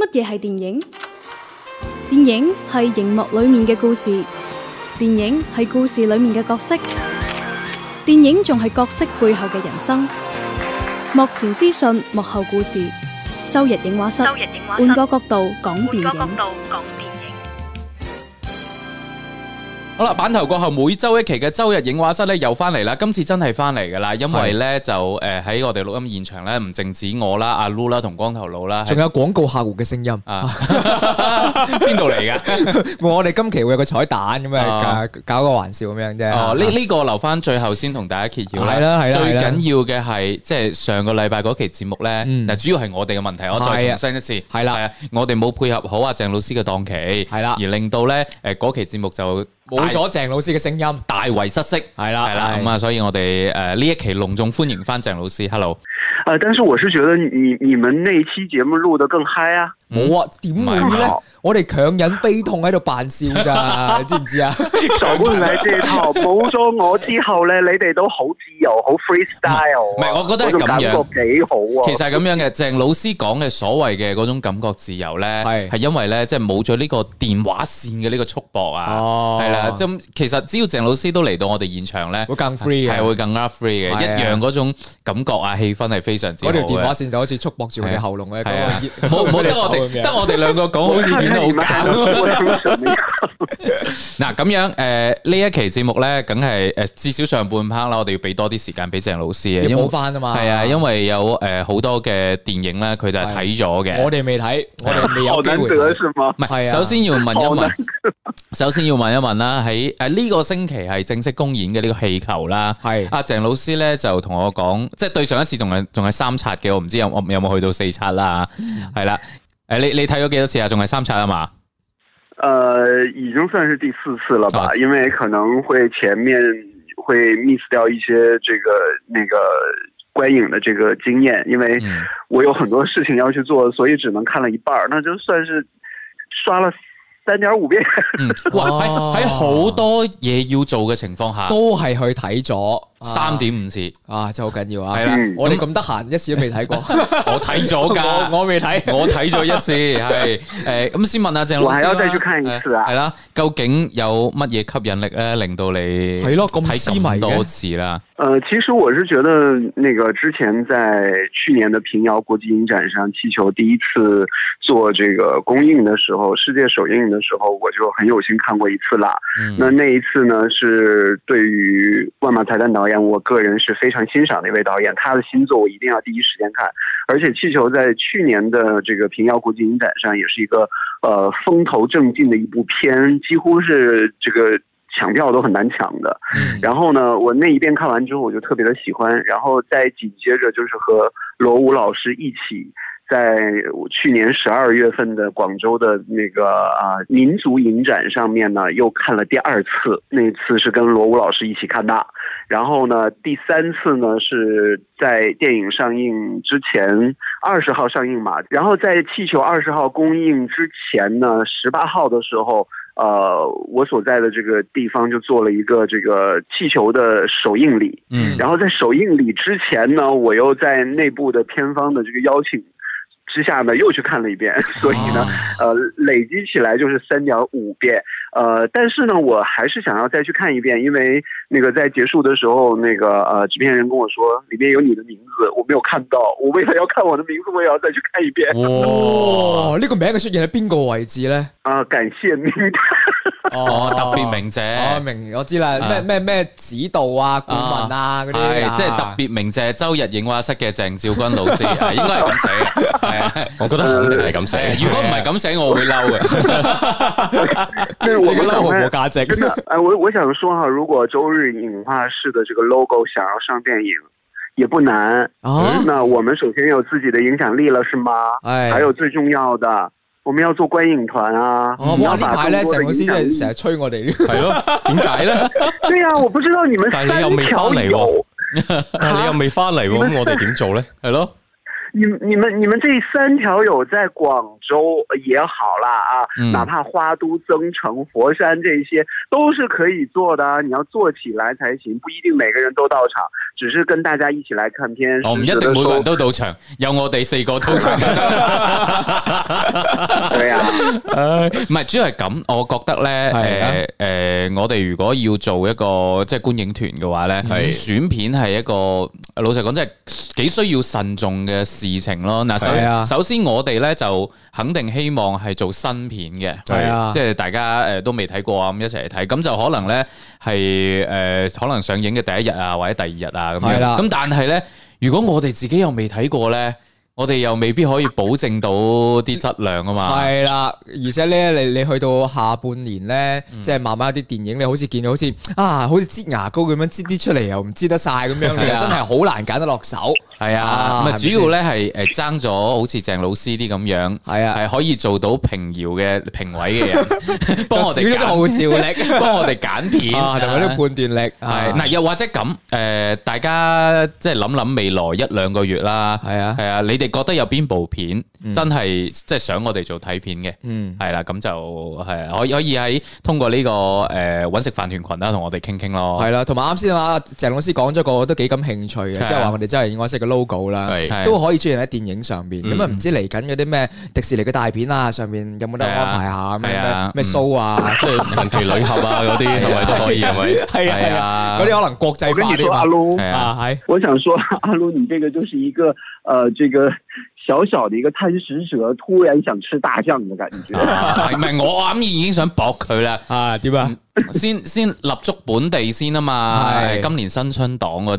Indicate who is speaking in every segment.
Speaker 1: 乜嘢係電影？電影係熒幕裏面嘅故事，電影係故事裏面嘅角色，電影仲係角色背後嘅人生。幕前資訊，幕後故事。周日影畫室，
Speaker 2: 周日映畫室
Speaker 1: 換個角度講電
Speaker 2: 換個角
Speaker 1: 影。
Speaker 2: 度講電影。
Speaker 3: 好啦，版頭過後每周一期嘅周日影畫室咧又翻嚟啦，今次真係翻嚟噶啦，因為咧就誒喺我哋錄音現場咧，唔淨止我啦、阿 Lu 啦同光頭佬啦，
Speaker 4: 仲有廣告客户嘅聲音。
Speaker 3: 啊 邊度嚟 噶？
Speaker 4: 我哋今期會有個彩蛋咁
Speaker 3: 啊
Speaker 4: 樣，搞搞個玩笑咁樣啫。
Speaker 3: 哦，呢呢個留翻最後先同大家揭曉啦。
Speaker 4: 啊係啦係啦
Speaker 3: 最
Speaker 4: 係啦
Speaker 3: 緊要嘅係即係上個禮拜嗰期節目咧，
Speaker 4: 嗯
Speaker 3: 嗱主要係我哋嘅問題，我再
Speaker 4: 係
Speaker 3: 重
Speaker 4: 啊
Speaker 3: 申一次，
Speaker 4: 係啦
Speaker 3: 係啊，我哋冇配合好阿鄭老師嘅檔期，
Speaker 4: 係啦
Speaker 3: 而令到咧誒嗰期節目就
Speaker 4: 冇咗鄭老師嘅聲音。
Speaker 3: 大為失色，係啦係啦，
Speaker 4: 係
Speaker 3: 咁啊，所以我哋誒呢一期隆重歡迎翻鄭老師，hello。
Speaker 5: 呃，但是我是觉得你你们那一期节目录得更嗨 啊！
Speaker 4: 冇啊，點
Speaker 3: 唔
Speaker 4: 會
Speaker 3: 係
Speaker 4: 咧
Speaker 5: 嘛？
Speaker 4: 我哋強忍悲痛喺度扮笑 咋，你知唔知啊？
Speaker 5: 少管嚟呢套，冇咗我之后咧，你哋都好自由，好 freestyle 啊。
Speaker 3: 唔係我覺得係咁樣
Speaker 5: 嗰種感覺幾好啊。
Speaker 3: 其實係咁樣嘅，鄭老師講嘅所謂嘅嗰種感覺自由呢，
Speaker 4: 係
Speaker 3: 係因為呢，即係冇咗呢個電話線嘅呢個束縛啊，
Speaker 4: 哦
Speaker 3: 係啦，咁其實只要鄭老師都嚟到我哋現場呢，
Speaker 4: 會更 free
Speaker 3: 係
Speaker 4: 嘅。
Speaker 3: 會更加 free
Speaker 4: 係
Speaker 3: 嘅，
Speaker 4: 啊
Speaker 3: 一樣嗰種感覺啊，氣氛係非常之好
Speaker 4: 嗰
Speaker 3: 嘅
Speaker 4: 條電話線就好似束縛住我哋喉嚨嘅，
Speaker 3: 係啊
Speaker 4: 咁，樣
Speaker 3: 冇 冇得我
Speaker 4: 咁
Speaker 3: 哋
Speaker 4: 樣
Speaker 3: 得我哋兩個講，好似顯得好
Speaker 5: 我
Speaker 3: 假
Speaker 5: 看看你。们还能 做出什么样？
Speaker 3: 嗱咁樣誒，呃呢一期節目呢，梗係誒至少上半 part 啦，我哋要俾多啲時間俾鄭老師嘅，
Speaker 4: 要
Speaker 3: 因為
Speaker 4: 補翻啊嘛。
Speaker 3: 係啊，因為有誒好多嘅電影呢，佢就係睇咗嘅。
Speaker 4: 我哋未睇，我哋未有
Speaker 5: 好
Speaker 4: 機
Speaker 5: 难
Speaker 4: 會
Speaker 5: 得
Speaker 4: 睇。
Speaker 5: 是吗？
Speaker 3: 唔係，
Speaker 4: 係啊
Speaker 3: 首先要問一
Speaker 5: 好
Speaker 3: 問
Speaker 5: 難，
Speaker 3: 首先要問一問啦。喺誒呢個星期係正式公演嘅呢個氣球啦。
Speaker 4: 係
Speaker 3: 阿鄭老師咧就同我講，即係對上一次仲係仲係三刷嘅，我唔知有我有冇去到四刷啦。係啦，誒你你睇咗幾多次啊？仲係三刷啊嘛？
Speaker 5: 呃，已经算是第四次了
Speaker 3: 啊，
Speaker 5: 吧因为可能会前面会 miss 掉一些这个那个观影的这个经验，因为
Speaker 3: 嗯
Speaker 5: 我有很多事情要去做，所以只能看了一半儿，那就算是刷了三点五遍。
Speaker 3: 嗯，哇！喺
Speaker 4: 哦
Speaker 3: 喺好多嘢要做嘅情況下，
Speaker 4: 都係去睇咗
Speaker 3: 三點五次，
Speaker 4: 啊，真係好緊要
Speaker 3: 係
Speaker 4: 啊！
Speaker 3: 啦，
Speaker 5: 嗯
Speaker 4: 我哋咁得閒，一次都 未睇過。
Speaker 3: 我睇咗㗎。
Speaker 4: 我我未睇。
Speaker 3: 我睇咗一次，係誒咁先問下鄭老師啦
Speaker 5: 我還要再去看一次啊
Speaker 3: 係啦，究竟有乜嘢吸引力咧，令到你
Speaker 4: 係咯咁
Speaker 3: 睇
Speaker 4: 痴迷嘅
Speaker 3: 咁多次啦？
Speaker 5: 呃，其实我是觉得，那个之前在去年的平遥国际影展上，气球第一次做这个公映的时候，世界首映的时候，我就很有幸看过一次啦。那
Speaker 3: 嗯
Speaker 5: 那一次呢，是对于万马才旦导演，我个人是非常欣赏的一位导演，他的新作我一定要第一时间看。而且《气球》在去年的这个平遥国际影展上也是一个呃风头正劲的一部片，几乎是这个抢票都很难抢的。
Speaker 3: 嗯
Speaker 5: 然后呢，我那一遍看完之后，我就特别的喜欢。然后再紧接着就是和罗武老师一起，在去年十二月份的广州的那个啊民族影展上面呢，又看了第二次。那次是跟罗武老师一起看的。然后呢，第三次呢是在电影上映之前二十号上映嘛，然后在气球二十号公映之前呢，十八号的时候，呃，我所在的这个地方就做了一个这个气球的首映礼，
Speaker 3: 嗯
Speaker 5: 然后在首映礼之前呢，我又在内部的片方的这个邀请之下呢，又去看了一遍，所以呢，呃，累积起来就是三点五遍。呃，但是呢，我还是想要再去看一遍，因为那个在结束的时候，那个呃，制片人跟我说里面有你的名字，我没有看到，我为了要看我的名字，我也要再去看一遍。
Speaker 3: 哇！
Speaker 4: 哦，呢個名嘅出現喺邊個位置咧？
Speaker 5: 啊、感谢您。
Speaker 3: 哦，特別名者，
Speaker 4: 哦，明我知啦，
Speaker 3: 啊
Speaker 4: 咩咩咩指導啊、顧問啊嗰啲啊，
Speaker 3: 係即係特別名者，周日影畫室嘅鄭兆君老 師，係應該係咁寫嘅係啊。
Speaker 6: 我覺得肯定係咁寫。
Speaker 3: 如果唔係咁寫，我會嬲嘅。
Speaker 5: 那我
Speaker 4: 你覺
Speaker 5: 们
Speaker 4: 得
Speaker 5: 赶
Speaker 4: 毫無
Speaker 5: 快
Speaker 4: 價值。
Speaker 5: 真的，哎，我我想说哈，如果周日影画室的这个 logo 想要上电影，也不难。
Speaker 4: 啊
Speaker 5: 哎那我们首先有自己的影响力了，是吗？
Speaker 4: 哎
Speaker 5: 还有最重要的，我们要做观影团啊。
Speaker 4: 哦，
Speaker 5: 你
Speaker 4: 哇！
Speaker 5: 要
Speaker 4: 呢
Speaker 5: 把
Speaker 4: 排咧
Speaker 5: 更多
Speaker 4: 鄭
Speaker 5: 的
Speaker 4: 老
Speaker 5: 影
Speaker 4: 師真
Speaker 5: 响力
Speaker 4: 係成日催我哋，
Speaker 3: 係咯，點解咧？
Speaker 5: 对呀、我不知道你们
Speaker 6: 但
Speaker 5: 三
Speaker 6: 你又没
Speaker 5: 条
Speaker 6: 发雷
Speaker 5: 有
Speaker 6: 哦，但係你又未翻嚟喎，咁我哋點做咧？
Speaker 3: 係咯，
Speaker 5: 你你们你们这三条友在广州也好啦啊，
Speaker 3: 嗯
Speaker 5: 哪怕花都、增城、佛山这些都是可以做的啊，你要做起来才行，不一定每个人都到场，只是跟大家一起来看片。
Speaker 3: 哦我唔一
Speaker 5: 是
Speaker 3: 定
Speaker 5: 觉得
Speaker 3: 每個
Speaker 5: 说
Speaker 3: 人都到場，有我哋四個 到場。
Speaker 5: 对呀、
Speaker 3: 唔係，主要係咁，我覺得
Speaker 4: 係啊
Speaker 3: 咧，誒誒，我哋如果要做一個即係觀影團嘅話咧，
Speaker 4: 嗯
Speaker 3: 選片係一個老實講，真係幾需要慎重嘅事情咯。嗱，
Speaker 4: 係啊
Speaker 3: 首首先我哋咧就肯定希望係做新片嘅，
Speaker 4: 係啊
Speaker 3: 即係大家誒都未睇過啊，咁一齊嚟睇，咁就可能咧係誒可能上映嘅第一日啊，或者第二日啊咁樣。
Speaker 4: 係啦
Speaker 3: 咁但係咧，如果我哋自己又未睇過咧，我哋又未必可以保證到啲質量啊嘛。
Speaker 4: 系啦，而且咧，你你去到下半年咧，
Speaker 3: 嗯
Speaker 4: 即係慢慢有啲電影，你好似見到好似啊，好似擠牙膏咁樣擠啲出嚟，又唔擠得晒咁樣，你
Speaker 3: 係
Speaker 4: 又
Speaker 3: 啊
Speaker 4: 真係好難揀得落手。
Speaker 3: 系啊，
Speaker 4: 啊
Speaker 3: 咁啊
Speaker 4: 係咪
Speaker 3: 主
Speaker 4: 先
Speaker 3: 要咧係诶争咗好似鄭老師啲咁樣，
Speaker 4: 係啊
Speaker 3: 係可以做到平遙嘅評委嘅人，幫我哋
Speaker 4: 就少咗啲號
Speaker 3: 揀
Speaker 4: 召 力
Speaker 3: 幫我哋揀片
Speaker 4: 啊，同埋啊呢個判斷力
Speaker 3: 係嗱，又或者咁诶，誒大家即係諗諗未來一兩個月啦，
Speaker 4: 係啊
Speaker 3: 系啊，你哋覺得有邊部片真係即係想我哋做睇片嘅？
Speaker 4: 嗯
Speaker 3: 係啦，咁就系可以可以喺通過呢個诶搵食飯團群啦，同我哋傾傾咯，
Speaker 4: 係啦，同埋啱先啊，鄭老師講咗個我都幾感興趣嘅，
Speaker 3: 係啊
Speaker 4: 即係話我哋真係應該識嘅 logo 啦
Speaker 6: 係
Speaker 3: 係，
Speaker 4: 都可以出現喺電影上面。咁啊，唔知嚟緊嗰啲咩迪士尼嘅大片啊，上面有冇得
Speaker 3: 係啊
Speaker 4: 安排下
Speaker 3: 係啊
Speaker 4: 咩咩 show 啊，即係
Speaker 6: 神奇女俠啊嗰啲係咪都可以係咪？
Speaker 4: 係啊係啊，嗰啲可能國
Speaker 5: 我
Speaker 4: 際
Speaker 5: 跟
Speaker 4: 化
Speaker 5: 你
Speaker 4: 啲
Speaker 5: 说，
Speaker 4: 嘛
Speaker 5: 阿。卢，
Speaker 3: 係啊。
Speaker 4: 啊，係
Speaker 5: 我想说， 阿卢，你这个就是一个呃，这个小小的一个贪食蛇，突然想吃大象的感 觉。
Speaker 3: 啊，唔係我啱已經想駁佢啦，
Speaker 4: 啊，點啊？
Speaker 3: 先先立足本地先啊嘛，
Speaker 4: 係
Speaker 3: 今年新春檔嗰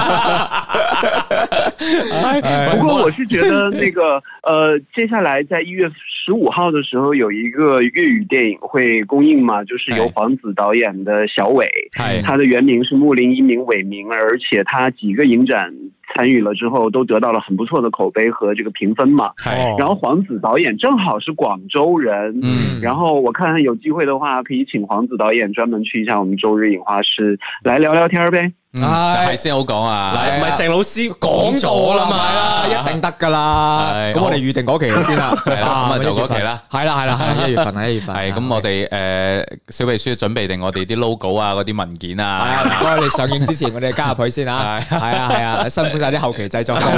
Speaker 3: 啲。
Speaker 5: 不过我是觉得那个呃，接下来在一月十五号的时候有一个粤语电影会公映嘛，就是由
Speaker 3: 哎
Speaker 5: 黄子导演的《小伟》，
Speaker 3: 系
Speaker 5: 他的原名是穆林一鸣伟明，而且他几个影展参与了之后都得到了很不错的口碑和这个评分嘛。
Speaker 4: 哦
Speaker 3: 系
Speaker 5: 然后黄子导演正好是广州人，
Speaker 3: 嗯
Speaker 5: 然后我看看有机会的话，可以请黄子导演专门去一下我们周日影画室来聊聊天儿呗。
Speaker 3: 系嗯先好講啊，
Speaker 6: 嗱，唔係鄭老師講
Speaker 4: 講
Speaker 6: 咗
Speaker 4: 咗
Speaker 6: 啦
Speaker 4: 啦嘛，
Speaker 6: 嘛，
Speaker 4: 一定得噶啦。
Speaker 3: 係
Speaker 4: 咁我哋預定嗰期先啦，
Speaker 3: 係啦咁啊就嗰期啦
Speaker 4: 係啦係啦係啦，一月份係一月份。
Speaker 3: 係咁我哋诶小秘書準備定我哋啲 logo 啊，嗰啲文件
Speaker 4: 係啊，唔
Speaker 3: 啊。
Speaker 4: 該你上映之前我哋加入佢先啊。
Speaker 3: 係
Speaker 4: 係啊係啊，辛苦晒啲後期製作方。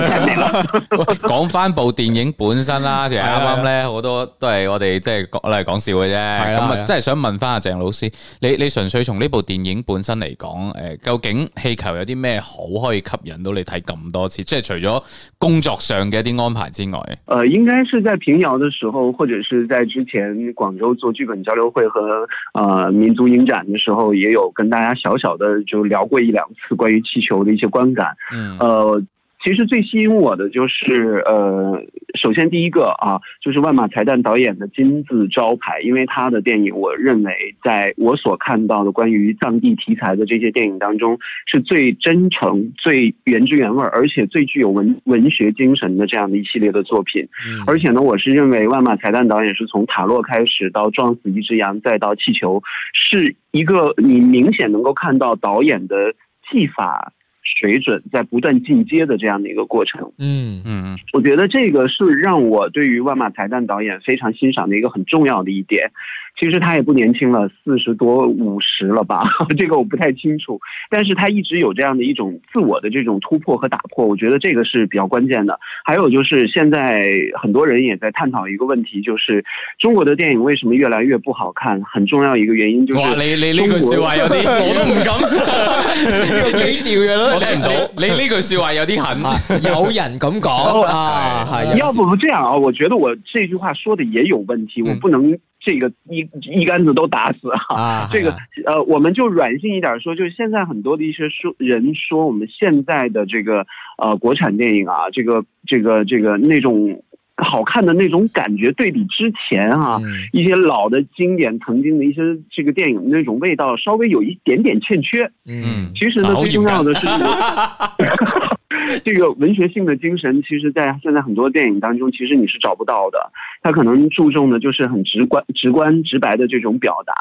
Speaker 3: 喂，講翻部電影本身啦，其實啱啱咧好多都係我哋即係講嚟講笑嘅啫。咁
Speaker 4: 係啦
Speaker 3: 啊
Speaker 4: 係，啦
Speaker 3: 真係想問翻阿鄭老師，你你純粹從呢部電影本身嚟講，诶、究竟氣球有啲咩好可以吸引到你睇咁多次？即係除咗工作上嘅一啲安排之外，
Speaker 5: 呃，应该是在平遥的时候，或者是在之前广州做剧本交流会和呃民族影展的时候，也有跟大家小小的就聊过一两次关于气球的一些观感。
Speaker 3: 嗯，
Speaker 5: 呃，其实最吸引我的就是呃，首先第一个啊，就是万马才旦导演的金字招牌，因为他的电影，我认为在我所看到的关于藏地题材的这些电影当中，是最真诚、最原汁原味儿，而且最具有文文学精神的这样的一系列的作品。
Speaker 4: 嗯
Speaker 5: 而且呢，我是认为万马才旦导演是从塔洛开始到撞死一只羊，再到气球，是一个你明显能够看到导演的技法水准在不断进阶的这样的一个过程。
Speaker 4: 嗯
Speaker 3: 嗯
Speaker 5: 我觉得这个是让我对于万马才旦导演非常欣赏的一个很重要的一点。其实他也不年轻了，四十多五十了吧， 这个我不太清楚。但是他一直有这样的一种自我的这种突破和打破，我觉得这个是比较关键的。还有就是现在很多人也在探讨一个问题，就是中国的电影为什么越来越不好看？很重要一个原因就是
Speaker 3: 哇！你你呢句
Speaker 5: 中
Speaker 3: 说
Speaker 5: 国
Speaker 3: 話有啲， 我都唔敢，
Speaker 4: 幾調嘅
Speaker 3: 我聽唔到。你呢句说話有啲狠，
Speaker 4: 有人咁講啊，係
Speaker 5: 要不这样啊，我觉得我这句话说的也有问题，我不能这个一一竿子都打死啊。
Speaker 4: 啊，
Speaker 5: 这个呃，我们就软性一点说，就是现在很多的一些说人说我们现在的这个呃国产电影啊，这个这个这个那种好看的那种感觉，对比之前啊。
Speaker 4: 嗯
Speaker 5: 一些老的经典，曾经的一些这个电影那种味道，稍微有一点点欠缺。
Speaker 4: 嗯
Speaker 5: 其实
Speaker 3: 啊
Speaker 5: 呢，
Speaker 3: 好
Speaker 5: 最重要的是 这个这个文学性的精神，其实，在现在很多电影当中，其实你是找不到的。它可能注重的就是很直观、直观、直白的这种表达，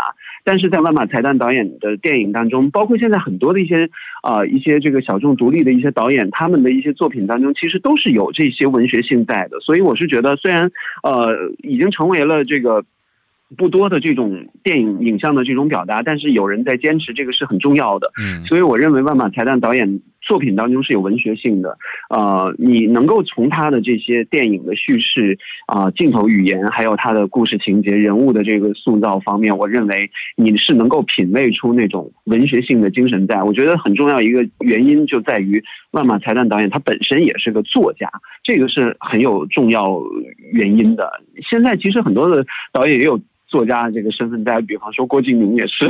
Speaker 5: 但是在万马才旦导演的电影当中，包括现在很多的一些呃一些这个小众独立的一些导演，他们的一些作品当中，其实都是有这些文学性在的。所以我是觉得，虽然呃已经成为了这个。不多的这种电影影像的这种表达，但是有人在坚持，这个是很重要的。
Speaker 3: 嗯
Speaker 5: 所以我认为万马才旦导演作品当中是有文学性的，呃，你能够从他的这些电影的叙事啊、镜头语言，还有他的故事情节、人物的这个塑造方面，我认为你是能够品味出那种文学性的精神在。我觉得很重要一个原因就在于万马才旦导演他本身也是个作家，这个是很有重要原因的。现在其实很多的导演也有。作家这个身份在，比方说郭敬明也是，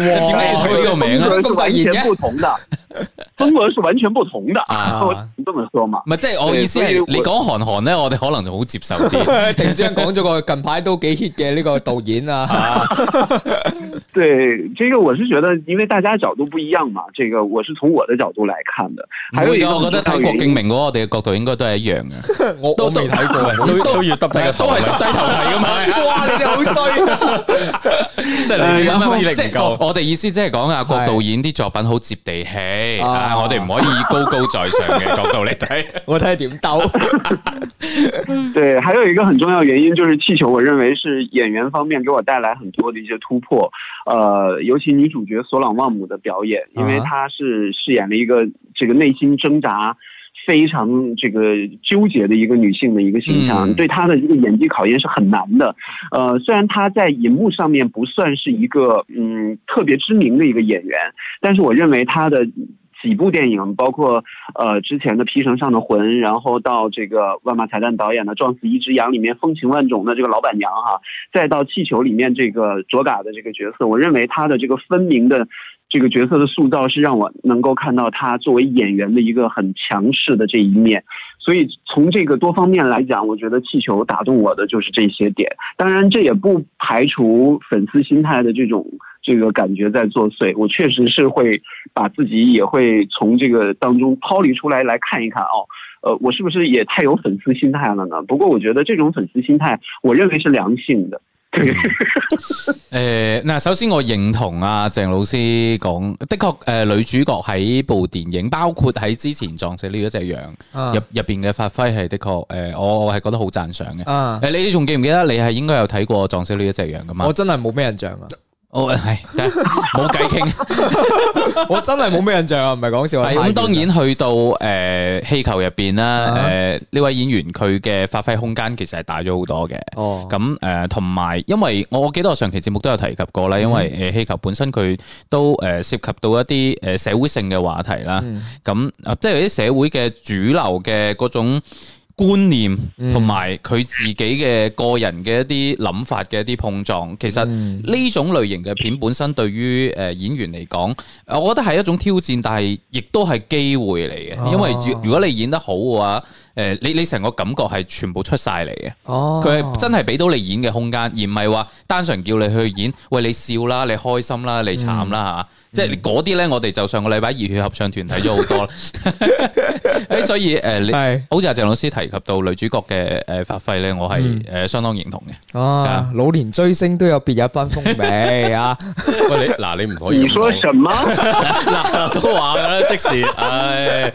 Speaker 3: 點
Speaker 5: 哦
Speaker 3: 解要推呢個名啊？
Speaker 5: 风格是完全不同 的，风格是完全不同的。
Speaker 3: 啊
Speaker 5: 我这么说嘛，
Speaker 3: 唔係即係我意思
Speaker 5: 所以
Speaker 3: 係
Speaker 5: 我
Speaker 3: 你講韓寒咧，我哋可能就好接受啲。
Speaker 4: 突然之間講咗個近排都幾 hit 嘅呢個導演啊，
Speaker 5: 对这个我是觉得，因为大家角度不一样嘛，这个我是从我的角度来看的。还有一
Speaker 3: 會
Speaker 5: 个
Speaker 3: 㗎，我覺得睇郭
Speaker 5: 很重要的原
Speaker 3: 敬
Speaker 5: 因
Speaker 3: 明嗰個我哋嘅角度應該都係一樣嘅，
Speaker 4: 我我未睇過，唔好意
Speaker 6: 都
Speaker 4: 思
Speaker 6: 都要耷低個頭
Speaker 3: 都係耷低頭睇噶嘛。
Speaker 4: 哇！你哋好衰啊，
Speaker 3: 即係你
Speaker 5: 誒
Speaker 3: 啱啱
Speaker 6: 智力唔
Speaker 3: 即係
Speaker 6: 夠
Speaker 3: 我我哋意思即係講阿郭導演啲作品好接地氣，
Speaker 4: 啊
Speaker 3: 啊我哋唔可以以高高在上嘅角度嚟 睇。
Speaker 4: 我睇下點鬥。
Speaker 5: 对，还有一个很重要原因就是《气球》，我认为是演员方面给我带来很多的一些突破。呃，尤其女主角索朗旺姆的表演，因为
Speaker 4: 啊
Speaker 5: 她是饰演了一个这个内心挣扎。非常这个纠结的一个女性的一个形象，
Speaker 3: 嗯
Speaker 5: 对她的这个演技考验是很难的。呃，虽然她在银幕上面不算是一个嗯特别知名的一个演员，但是我认为她的几部电影，包括呃之前的《皮绳上的魂》，然后到这个万马彩蛋导演的《撞死一只羊》里面风情万种的这个老板娘哈，再到《气球》里面这个卓嘎的这个角色，我认为她的这个分明的。这个角色的塑造是让我能够看到她作为演员的一个很强势的这一面，所以从这个多方面来讲，我觉得气球打动我的就是这些点。当然，这也不排除粉丝心态的这种这个感觉在作祟。我确实是会把自己也会从这个当中抛离出来来看一看哦。呃，我是不是也太有粉丝心态了呢？不过我觉得这种粉丝心态，我认为是良性的。对，
Speaker 3: 诶，嗱、首先我認同啊鄭老師講，的確诶、誒女主角喺部電影，包括喺之前撞死呢一隻羊
Speaker 4: 啊
Speaker 3: 入入边嘅發揮係的確诶、誒我我系觉得好讚賞嘅。
Speaker 4: 啊！
Speaker 3: 诶、你你仲記唔記得你係應該有睇過撞死呢一隻羊噶嘛？
Speaker 4: 我真係冇咩印象啊！
Speaker 3: 我系冇計 傾。
Speaker 4: 我真係冇咩印象啊！唔係講笑啊！
Speaker 3: 系咁，當然去到诶氣球入边啦，
Speaker 4: 啊
Speaker 3: 诶呢位演員佢嘅發揮空間其實係大咗好多嘅。
Speaker 4: 哦
Speaker 3: 咁誒同埋，因為我記得我上期節目都有提及過
Speaker 4: 嗯
Speaker 3: 啦，因為誒氣球本身佢都誒涉及到一啲誒社會性嘅話題啦。
Speaker 4: 嗯
Speaker 3: 咁啊，即係啲社會嘅主流嘅嗰種。觀念
Speaker 4: 嗯
Speaker 3: 同埋佢自己嘅個人嘅一啲諗法嘅一啲碰撞，其實
Speaker 4: 嗯
Speaker 3: 呢種類型嘅片本身對於誒演員嚟講，呃我覺得係一種挑戰，但係亦都係機會嚟嘅，因為如
Speaker 4: 哦
Speaker 3: 如果你演得好嘅話，誒你你成個感覺係全部出晒嚟嘅。
Speaker 4: 哦，
Speaker 3: 佢係真係俾到你演嘅空間，而唔係話單純叫你去演。喂，你笑啦，你開心啦，你慘
Speaker 4: 嗯
Speaker 3: 啦嚇，即係嗰啲呢，我哋就上個禮拜熱血合唱 團睇咗好多啦。誒，所以誒，你
Speaker 4: 係
Speaker 3: 好似阿鄭老師提及到女主角嘅誒發揮呢，我係
Speaker 4: 嗯
Speaker 3: 誒相當認同嘅。
Speaker 4: 啊！老年追星都有別有一番風味啊！
Speaker 6: 喂，你嗱，你唔可以咁講。
Speaker 5: 你说什么？
Speaker 6: 嗱都話㗎啦，即時，唉，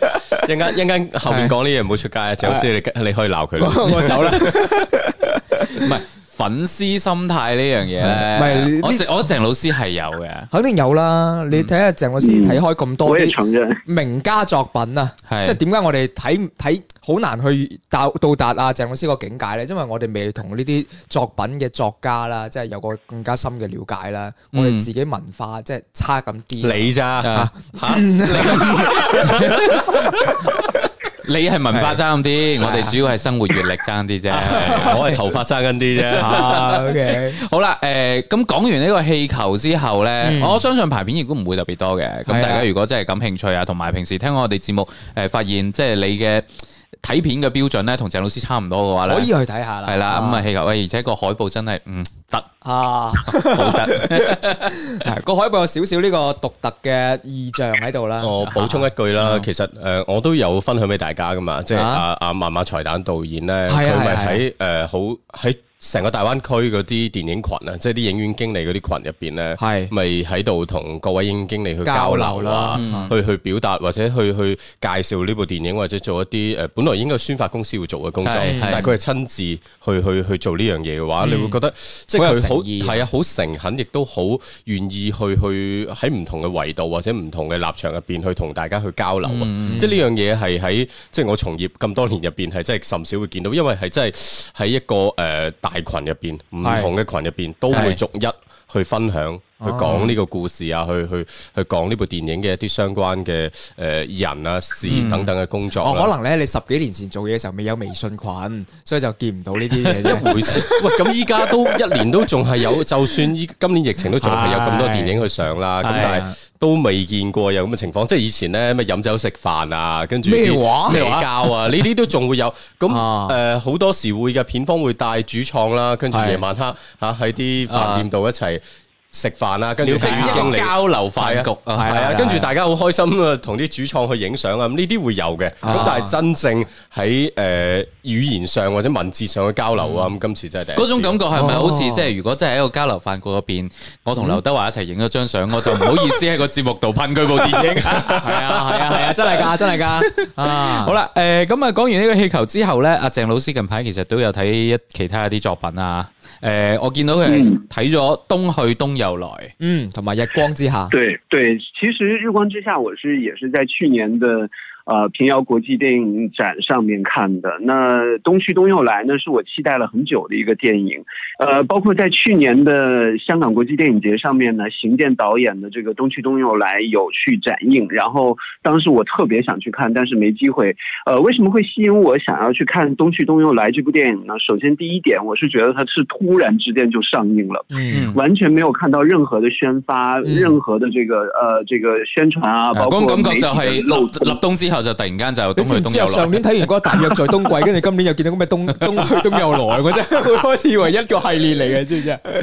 Speaker 6: 一陣間一陣間後面講呢嘢唔好出街啊，鄭老師你你可以鬧佢 啦。
Speaker 4: 我走啦。
Speaker 3: 唔係粉絲心態呢樣嘢
Speaker 4: 唔係
Speaker 3: 呢
Speaker 4: 呢，
Speaker 3: 我鄭我覺得鄭老師係有嘅，
Speaker 4: 肯定有啦！你睇下鄭老師睇開咁多
Speaker 5: 我也
Speaker 4: 啲
Speaker 5: 承认，
Speaker 4: 名家作品啊，
Speaker 3: 係
Speaker 4: 即係點解我哋睇睇好難去到到達啊鄭老師個境界咧？因為我哋未同呢啲作品嘅作家啦，即係有個更加深嘅了解啦。我
Speaker 3: 嗯
Speaker 4: 哋自己文化即係差咁啲。
Speaker 6: 你咋
Speaker 3: 啊
Speaker 6: 吓？
Speaker 3: 你係文化爭啲，我哋主要係生活閲歷爭啲啫。
Speaker 6: 我係頭髮爭緊啲啫。
Speaker 4: 啊，OK，
Speaker 3: 好啦，诶、咁講完呢個氣球之後呢，我相信排片亦都唔會特別多嘅。咁
Speaker 4: 係啊
Speaker 3: 大家如果真係感興趣啊，同埋平時聽我哋節目，诶、發現即係你嘅睇片嘅標準呢，同鄭老師差唔多嘅話呢，
Speaker 4: 可以去睇下啦。
Speaker 3: 係啦。咁啊，
Speaker 4: 啊
Speaker 3: 氣球，喂，而且個海報真係嗯得
Speaker 4: 啊，
Speaker 3: 好得，
Speaker 4: 係個海報有少少呢個獨特嘅意象喺度啦。
Speaker 3: 哦
Speaker 4: 啊
Speaker 6: 我補充一句啦，其實誒我都有啊分享俾大家噶嘛，即係阿阿萬馬財蛋導演咧，
Speaker 4: 係啊
Speaker 6: 佢咪呃
Speaker 4: 係啊
Speaker 6: 喺誒好喺成個大灣區嗰啲電影群啊，即係啲影院經理嗰啲群入邊咧，
Speaker 4: 係
Speaker 6: 咪喺度同各位影院經理去交
Speaker 4: 交流
Speaker 6: 流
Speaker 4: 啦
Speaker 6: 啊，
Speaker 4: 嗯
Speaker 6: 去去表達或者去去介紹呢部電影，或者做一啲誒本來應該宣發公司會做嘅工作，
Speaker 3: 係係
Speaker 6: 但係佢係親自去去去做呢樣嘢嘅話，你會覺得即係
Speaker 4: 嗯好有
Speaker 6: 佢好
Speaker 4: 誠意
Speaker 6: 係啊，好誠懇，亦都好願意去去喺唔同嘅維度或者唔同嘅立場入邊去同大家去交流啊！
Speaker 4: 嗯
Speaker 6: 即係呢樣嘢係喺即係我從業咁多年入邊係真係甚少會見到，因為係真係喺一個誒、呃大群入邊，唔
Speaker 4: 係哦
Speaker 6: 同嘅群入邊都
Speaker 3: 係
Speaker 6: 會逐一去分享。去講呢個故事啊，去去去講呢部電影嘅一啲相關嘅誒、呃人啊、事等等嘅工作啦、啊
Speaker 4: 哦，可能咧你十幾年前做嘢嘅時候未有微信群，所以就見唔到呢啲 嘢啫。
Speaker 6: 回事。喂，咁依家都一年都仲係有，就算依今年疫情都仲係有咁多電影去上啦。咁
Speaker 3: 係
Speaker 6: 但係都未見過有咁嘅情況，即係以前咧咩飲酒食飯啊，跟住啲
Speaker 4: 咩話
Speaker 6: 社交啊，呢啲都仲會有。
Speaker 4: 啊
Speaker 6: 咁誒好多時會嘅片方會帶主創啦，跟住
Speaker 4: 係
Speaker 6: 夜晚黑嚇喺啲飯店度一齊。食飯啦，跟住
Speaker 3: 了解
Speaker 6: 影院經理
Speaker 3: 交流飯局
Speaker 6: 係
Speaker 3: 啊
Speaker 6: 啊，係
Speaker 4: 係
Speaker 6: 啊
Speaker 4: 啊，
Speaker 6: 跟住
Speaker 4: 係啊
Speaker 6: 大家好開心啊，同啲主創去影相啊，咁呢啲會有嘅。咁
Speaker 4: 啊
Speaker 6: 但係真正喺誒語言上或者文字上嘅交流啊，咁今次真係第一
Speaker 3: 嗯
Speaker 6: 次
Speaker 3: 嗰種感覺係咪好似
Speaker 4: 哦
Speaker 3: 即係如果真係喺個交流飯局入邊，我同劉德華一齊影咗張相，我就唔好意思喺個節目度噴佢部電影。係啊係啊係啊，
Speaker 4: 真係㗎，真係㗎。啊，
Speaker 3: 好啦，誒咁啊，講完呢個氣球之後咧，阿鄭老師近排其實都有睇一其他一啲作品啊。誒、我見到佢
Speaker 5: 嗯
Speaker 3: 睇咗《東去東又來》，
Speaker 4: 嗯，同埋日光之下，
Speaker 5: 对对，其实《日光之下》我是也是在去年的呃平遥国际电影展上面看的。那《东去东又来》呢，是我期待了很久的一个电影。呃，包括在去年的香港国际电影节上面呢，邢健导演的这个《东去东又来》有去展映，然后当时我特别想去看，但是没机会。呃，为什么会吸引我想要去看《东去东又来》这部电影呢？首先第一点，我是觉得它是突然之间就上映了。
Speaker 4: 嗯，
Speaker 5: 完全没有看到任何的宣发，任何的这个呃这个宣传啊，包括
Speaker 3: 嗰種感
Speaker 5: 媒
Speaker 3: 覺
Speaker 5: 體
Speaker 3: 就係
Speaker 5: 的漏
Speaker 3: 立立冬之後就突然間就
Speaker 4: 嗯你
Speaker 3: 東去
Speaker 4: 知唔
Speaker 3: 東
Speaker 4: 知啊？
Speaker 3: 又
Speaker 4: 上
Speaker 3: 來。
Speaker 4: 年睇完嗰個大約在冬季，跟住今年又見到咁嘅冬 冬去冬又來，我 真係會開始以為一個系列嚟嘅，知唔知啊？
Speaker 5: 呃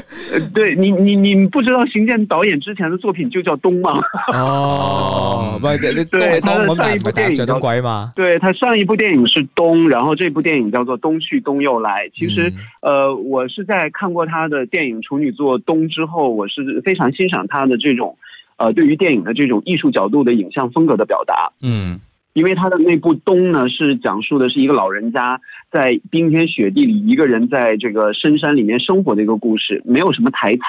Speaker 5: 对你你你不知道邢健导演之前的作品就叫《冬》吗？
Speaker 4: 哦，唔係你冬
Speaker 5: 對
Speaker 4: 係冬咁，但係
Speaker 5: 但係上一
Speaker 4: 唔
Speaker 5: 部
Speaker 4: 係大約在
Speaker 5: 電
Speaker 4: 冬
Speaker 5: 影
Speaker 4: 季啊嘛。
Speaker 5: 对他上一部电影是《冬》，然后这部电影叫做《冬去冬又来》。其实，
Speaker 3: 嗯
Speaker 5: 呃，我是在看过他的电影处女作《冬》之后，我是非常欣赏他的这种，呃，对于电影的这种艺术角度的影像风格的表达。
Speaker 3: 嗯，
Speaker 5: 因为他的那部《冬》呢，是讲述的是一个老人家在冰天雪地里一个人在这个深山里面生活的一个故事，没有什么台词，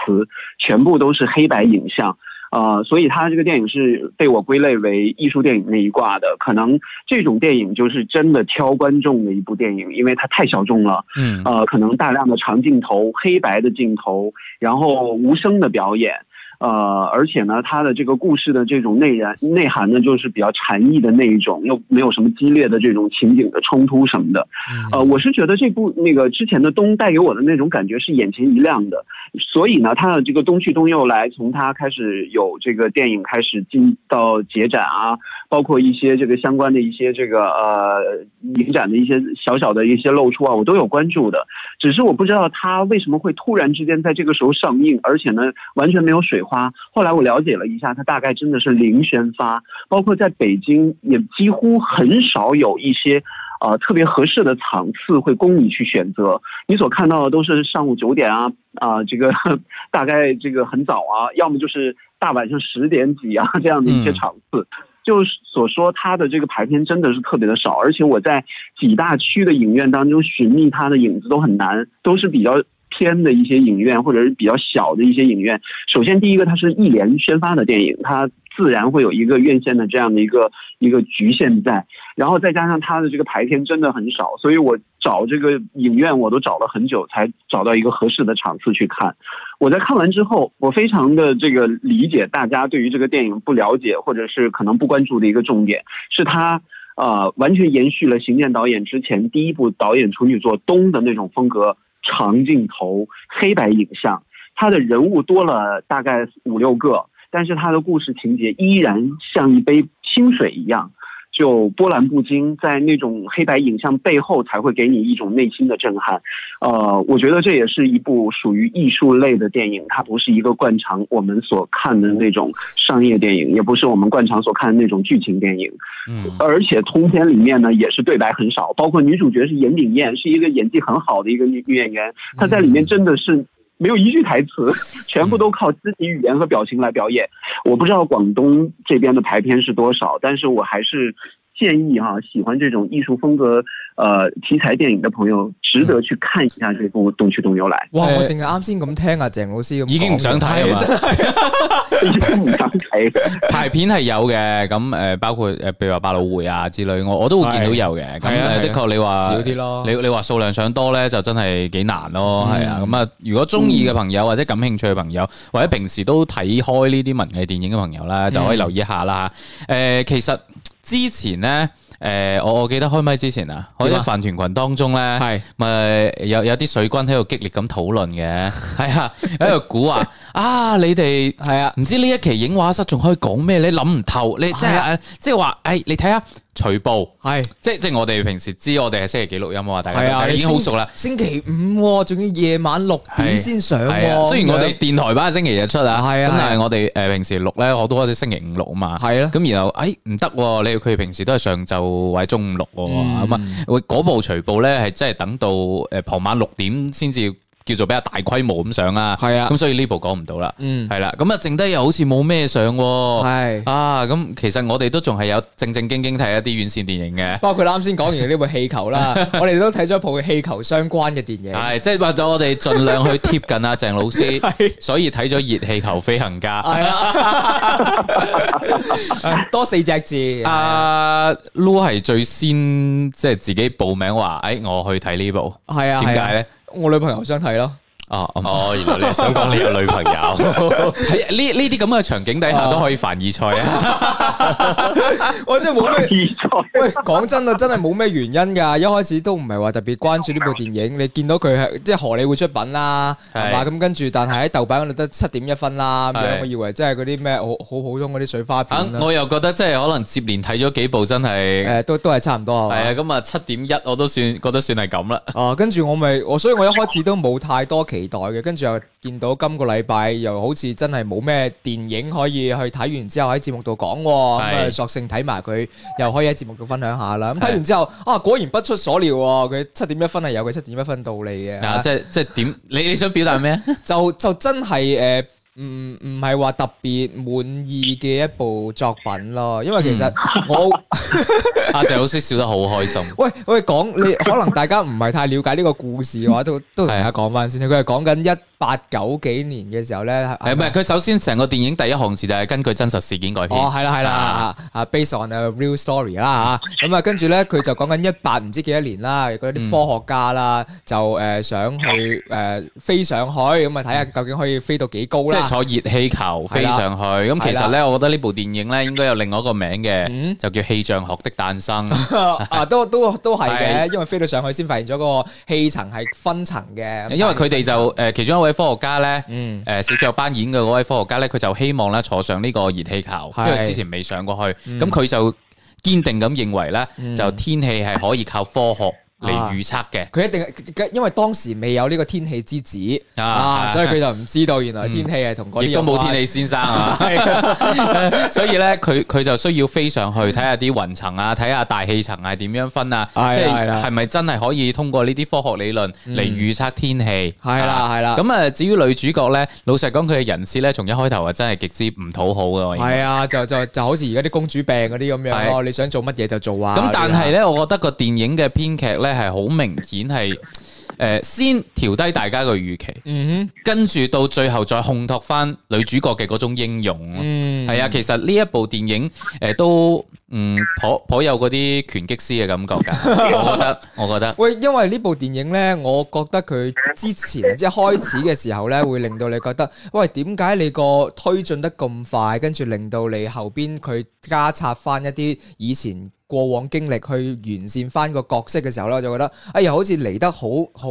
Speaker 5: 全部都是黑白影像。呃，所以他这个电影是被我归类为艺术电影那一挂的。可能这种电影就是真的挑观众的一部电影，因为它太小众了。
Speaker 3: 嗯，
Speaker 5: 呃，可能大量的长镜头、黑白的镜头，然后无声的表演，呃，而且呢，它的这个故事的这种内然内涵呢，就是比较禅意的那一种，又没有什么激烈的这种情景的冲突什么的。呃，我是觉得这部那个之前的东带给我的那种感觉是眼前一亮的，所以呢，它的这个东去东又来，从它开始有这个电影开始进到节展啊，包括一些这个相关的一些这个呃影展的一些小小的一些露出啊，我都有关注的。只是我不知道它为什么会突然之间在这个时候上映，而且呢完全没有水花。后来我了解了一下，它大概真的是零宣发，包括在北京也几乎很少有一些。呃，特别合适的场次会供你去选择，你所看到的都是上午九点啊啊、这个 大概这个很早啊，要么就是大晚上十点几啊这样的一些
Speaker 3: 嗯
Speaker 5: 场次。就是所说，它的这个排片真的是特别的少，而且我在几大区的影院当中寻觅它的影子都很难，都是比较偏的一些影院或者是比较小的一些影院。首先，第一个它是一连宣发的电影，它自然会有一个院线的这样的一个一个局限在，然后再加上它的这个排片真的很少，所以我找这个影院我都找了很久才找到一个合适的场次去看。我在看完之后，我非常的这个理解大家对于这个电影不了解或者是可能不关注的一个重点，是它呃完全延续了邢健导演之前第一部导演处女作《冬》的那种风格，长镜头、黑白影像，它的人物多了大概五六个，但是它的故事情节依然像一杯清水一样。就波澜不惊，在那种黑白影像背后才会给你一种内心的震撼。呃，我觉得这也是一部属于艺术类的电影，它不是一个惯常我们所看的那种商业电影，也不是我们惯常所看的那种剧情电影。
Speaker 3: 嗯
Speaker 5: 而且通篇里面呢，也是对白很少，包括女主角是严炳燕，是一个演技很好的一个女女演员，她在里面真的是没有一句台词， 全部都靠肢体语言和表情来表演。我不知道广东这边的排片是多少，但是我还是建议哈、喜欢这种艺术风格呃题材电影的朋友，值得去看一下这部《东去东由 来
Speaker 4: 哇！
Speaker 3: 誒
Speaker 4: 我淨係啱先咁聽啊，鄭老師咁
Speaker 3: 已經唔想睇啊啦嘛
Speaker 4: 哦真係》，
Speaker 5: 不想睇。
Speaker 3: 排片係有嘅，咁诶包括诶，譬如話百老匯啊之類，我我都會見到有嘅。咁
Speaker 4: 係啊係
Speaker 3: 诶，
Speaker 4: 啊
Speaker 3: 的確你話
Speaker 4: 少啲咯嗯
Speaker 3: 你你話數量上多咧，就真係幾難咯，係啊。咁啊，如果中意嘅朋友或者感興趣嘅朋友，或者平時都睇開呢啲文藝電影嘅朋友啦，
Speaker 4: 嗯
Speaker 3: 就可以留意一下啦。诶，其實之前咧。诶，我我記得開咪之前啊，我喺
Speaker 6: 點啊
Speaker 3: 啲飯團群當中咧，
Speaker 6: 係
Speaker 3: 咪有有啲水軍喺度激烈咁討論 嘅，係啊，喺度估話 啊，你哋
Speaker 4: 係啊，
Speaker 3: 唔知呢一期影畫室仲可以講咩你諗唔透，你即
Speaker 4: 係
Speaker 3: 係
Speaker 4: 啊
Speaker 3: 即係話，誒你睇下徐步，
Speaker 4: 係
Speaker 3: 即即係我哋平時知我哋係星期幾錄音啊嘛，大
Speaker 4: 係
Speaker 3: 家
Speaker 4: 啊，
Speaker 3: 都已經好熟啦。
Speaker 4: 星期五喎，仲要夜晚六點先上
Speaker 3: 係
Speaker 4: 喎。
Speaker 3: 啊，雖然我哋電台版係星期日出啊，
Speaker 4: 係啊
Speaker 3: 咁但
Speaker 4: 係
Speaker 3: 係我哋誒平時錄咧，我都開始星期五錄啊嘛。
Speaker 4: 係啊
Speaker 3: 咁然後誒唔得喎，你佢平時都係上晝或者中午錄
Speaker 4: 嗯
Speaker 3: 喎，咁啊，喂嗰部徐步咧係真係等到誒傍晚六點先至叫做比較大規模咁上啦。
Speaker 4: 係啊
Speaker 3: 咁所以呢部講唔到啦。
Speaker 4: 嗯
Speaker 3: 係啦，咁啊剩低又好似冇咩上喎。
Speaker 4: 係
Speaker 3: 啊，咁其實我哋都仲係有正正經經睇一啲院線電影嘅。
Speaker 4: 包括啱先講完呢部氣 球啦，我哋都睇咗一部氣球相關嘅電影。
Speaker 3: 系，即係或者我哋盡量去貼近阿鄭老 師，所以睇咗《熱氣球飛行家》。
Speaker 4: 係啊，多四隻字。
Speaker 3: 阿啊 Lu 係最先即係自己報名話，诶，我去睇呢部。
Speaker 4: 係啊，
Speaker 3: 點解咧？
Speaker 4: 我女朋友想睇咯。
Speaker 3: 哦，哦
Speaker 6: 哦，原來你係想講你有女 朋友，
Speaker 3: 喺呢呢啲咁嘅場景底下
Speaker 4: 哦
Speaker 3: 都可以凡爾賽 啊！
Speaker 4: 我真係 冇咩。
Speaker 5: 比賽
Speaker 4: 喂，講真啊，真係冇咩原因㗎。一開始都唔係話特別關注呢部電影，你見到佢係即係荷里活出品啦，
Speaker 3: 係
Speaker 4: 係嘛？咁跟住，但係喺豆瓣嗰度得七點一分啦，咁
Speaker 3: 係
Speaker 4: 樣我以為真係嗰啲咩好好普通嗰啲水花
Speaker 3: 啊
Speaker 4: 片啦，
Speaker 3: 我又覺得即係可能接連睇咗幾部，真係係
Speaker 4: 嗯誒都都係差唔多
Speaker 3: 啊！
Speaker 4: 係嘛？
Speaker 3: 咁啊，七點一我都算覺得算係咁啦。
Speaker 4: 啊，跟住我咪我，所以我一開始都冇太多期待嘅，跟住又見到今個禮拜又好似真係冇咩電影可以去睇完之後喺節目度講喎，咁啊
Speaker 3: 係
Speaker 4: 索性睇埋佢，又可以喺節目度分享下啦。咁睇完之後啊，果然不出所料喎，佢七點一分係有佢七點一分道理嘅。啊
Speaker 3: 啊嗱，即係即係點？你你想表達咩 啊？
Speaker 4: 就就真係誒，唔唔係話特別滿意嘅一部作品咯，因為其
Speaker 3: 嗯
Speaker 4: 實我、
Speaker 3: 阿鄭老師笑得好開心。
Speaker 4: 喂喂講 你可能大家唔係太了解呢個故事嘅話，都都同
Speaker 3: 啊
Speaker 4: 大家講翻先啦。佢係講緊一八九幾年嘅時候咧，
Speaker 3: 诶，
Speaker 4: 係
Speaker 3: 唔系佢首先成個電影第一項字就係根據真實事件改編。
Speaker 4: 哦，係啦係啦，
Speaker 3: 啊
Speaker 4: 啊啊，based on a real story 啦嚇，咁啊跟住咧佢就講緊一八唔知幾多年啦，嗰
Speaker 3: 嗯
Speaker 4: 啲科學家啦就誒想去誒飛上去，咁啊睇下究竟可以飛到幾高
Speaker 3: 嗯即
Speaker 4: 啦
Speaker 3: 係。坐熱氣球飛上去。咁其
Speaker 4: 係
Speaker 3: 實
Speaker 4: 啦
Speaker 3: 咧，我覺得呢部電影咧應該有另外一個名嘅，
Speaker 4: 嗯
Speaker 3: 就叫《氣象學的誕生》。
Speaker 4: 啊，都都都係
Speaker 3: 係
Speaker 4: 嘅，因為飛到上去先發現咗嗰個氣層係分層嘅，
Speaker 3: 因為佢哋就誒其中一位科學家咧，
Speaker 4: 嗯
Speaker 3: 誒小雀班演嘅嗰位科學家咧，佢就希望咧坐上呢個熱氣球，因
Speaker 4: 係嗯
Speaker 3: 為之前未上過去，咁佢就堅定咁認為咧，就天氣係可以靠科學嚟
Speaker 4: 啊
Speaker 3: 預測嘅。
Speaker 4: 佢一定因為當時未有呢個天氣之子
Speaker 3: 啊嗯
Speaker 4: 啊，所以佢就唔知道原來天氣係同嗰啲
Speaker 3: 亦都
Speaker 4: 有
Speaker 3: 冇
Speaker 4: 關啊
Speaker 3: 天氣先生 啊， 所以咧佢佢就需要飛上去睇下啲雲層啊，睇下大氣層係點樣分啊，即
Speaker 4: 係啦係
Speaker 3: 係
Speaker 4: 啦嗯
Speaker 3: 係咪真係可以通過呢啲科學理論嚟預測天氣？
Speaker 4: 係啦係啦
Speaker 3: 咁啊，至於女主角咧，老實講佢嘅人設咧，從一開頭啊真係極之唔討好嘅。我認為
Speaker 4: 係啊，就就就好似而家啲公主病嗰啲咁樣咯，你想做乜嘢就做啊。
Speaker 3: 咁但係
Speaker 4: 咧，
Speaker 3: 咧，我覺得個電影嘅編劇咧係好明顯係誒先調低大家嘅預期，
Speaker 4: 嗯哼
Speaker 3: 跟住到最後再烘托翻女主角嘅嗰種英勇咯。
Speaker 4: 嗯，
Speaker 3: 係啊，其實呢一部電影诶、呃都嗯頗颇有嗰啲拳擊師嘅感覺㗎，我覺得我覺得
Speaker 4: 喂，因為呢部電影呢，我覺得佢之前即係開始嘅時候呢，會令到你覺得，喂，點解你個推進得咁快，跟住令到你後邊佢加插翻一啲以前過往經歷去完善翻個角色嘅時候呢，我就覺得，哎呀，好似嚟得好好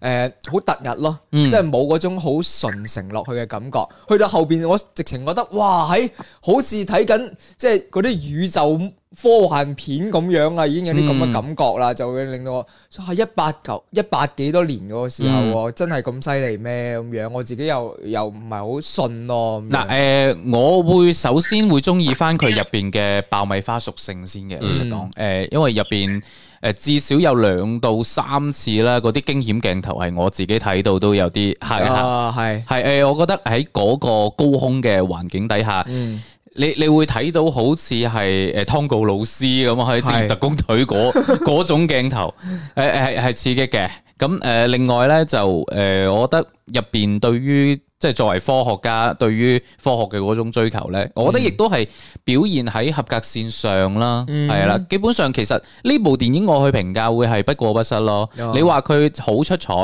Speaker 4: 誒好突兀咯，
Speaker 3: 嗯
Speaker 4: 即係冇嗰種好純情落去嘅感覺。去到後邊，我直情覺得，哇，喺好似睇緊即係嗰啲宇宙科幻片咁樣啊，已經有啲咁嘅感覺啦，就會令到我係一八九一八幾多年嗰個時候
Speaker 3: 嗯
Speaker 4: 喎，真係咁犀利咩咁樣？我自己又又唔係好信咯。咁樣
Speaker 3: 嗱，诶、我會首先會中意翻佢入边嘅爆米花屬性先嘅，老實講，诶、因為入边诶至少有兩到三次啦，嗰啲驚險鏡頭係我自己睇到都有啲吓一吓，
Speaker 4: 啊，係，
Speaker 3: 係诶、誒我覺得喺嗰個高空嘅環境底下。
Speaker 4: 嗯，
Speaker 3: 你你會睇到好似係誒湯告老師咁喺《職業
Speaker 4: 係
Speaker 3: 特工隊》嗰 嗰種鏡頭，誒誒係刺激嘅。咁誒、呃另外咧就誒、呃我覺得入邊對於即係作為科學家對於科學嘅嗰種追求咧，我覺得亦都係表現喺合格線上啦，
Speaker 4: 嗯
Speaker 3: 係啦、基本上其實呢部電影我去評價會係不過不失咯。
Speaker 4: 哦
Speaker 3: 你話佢好出彩，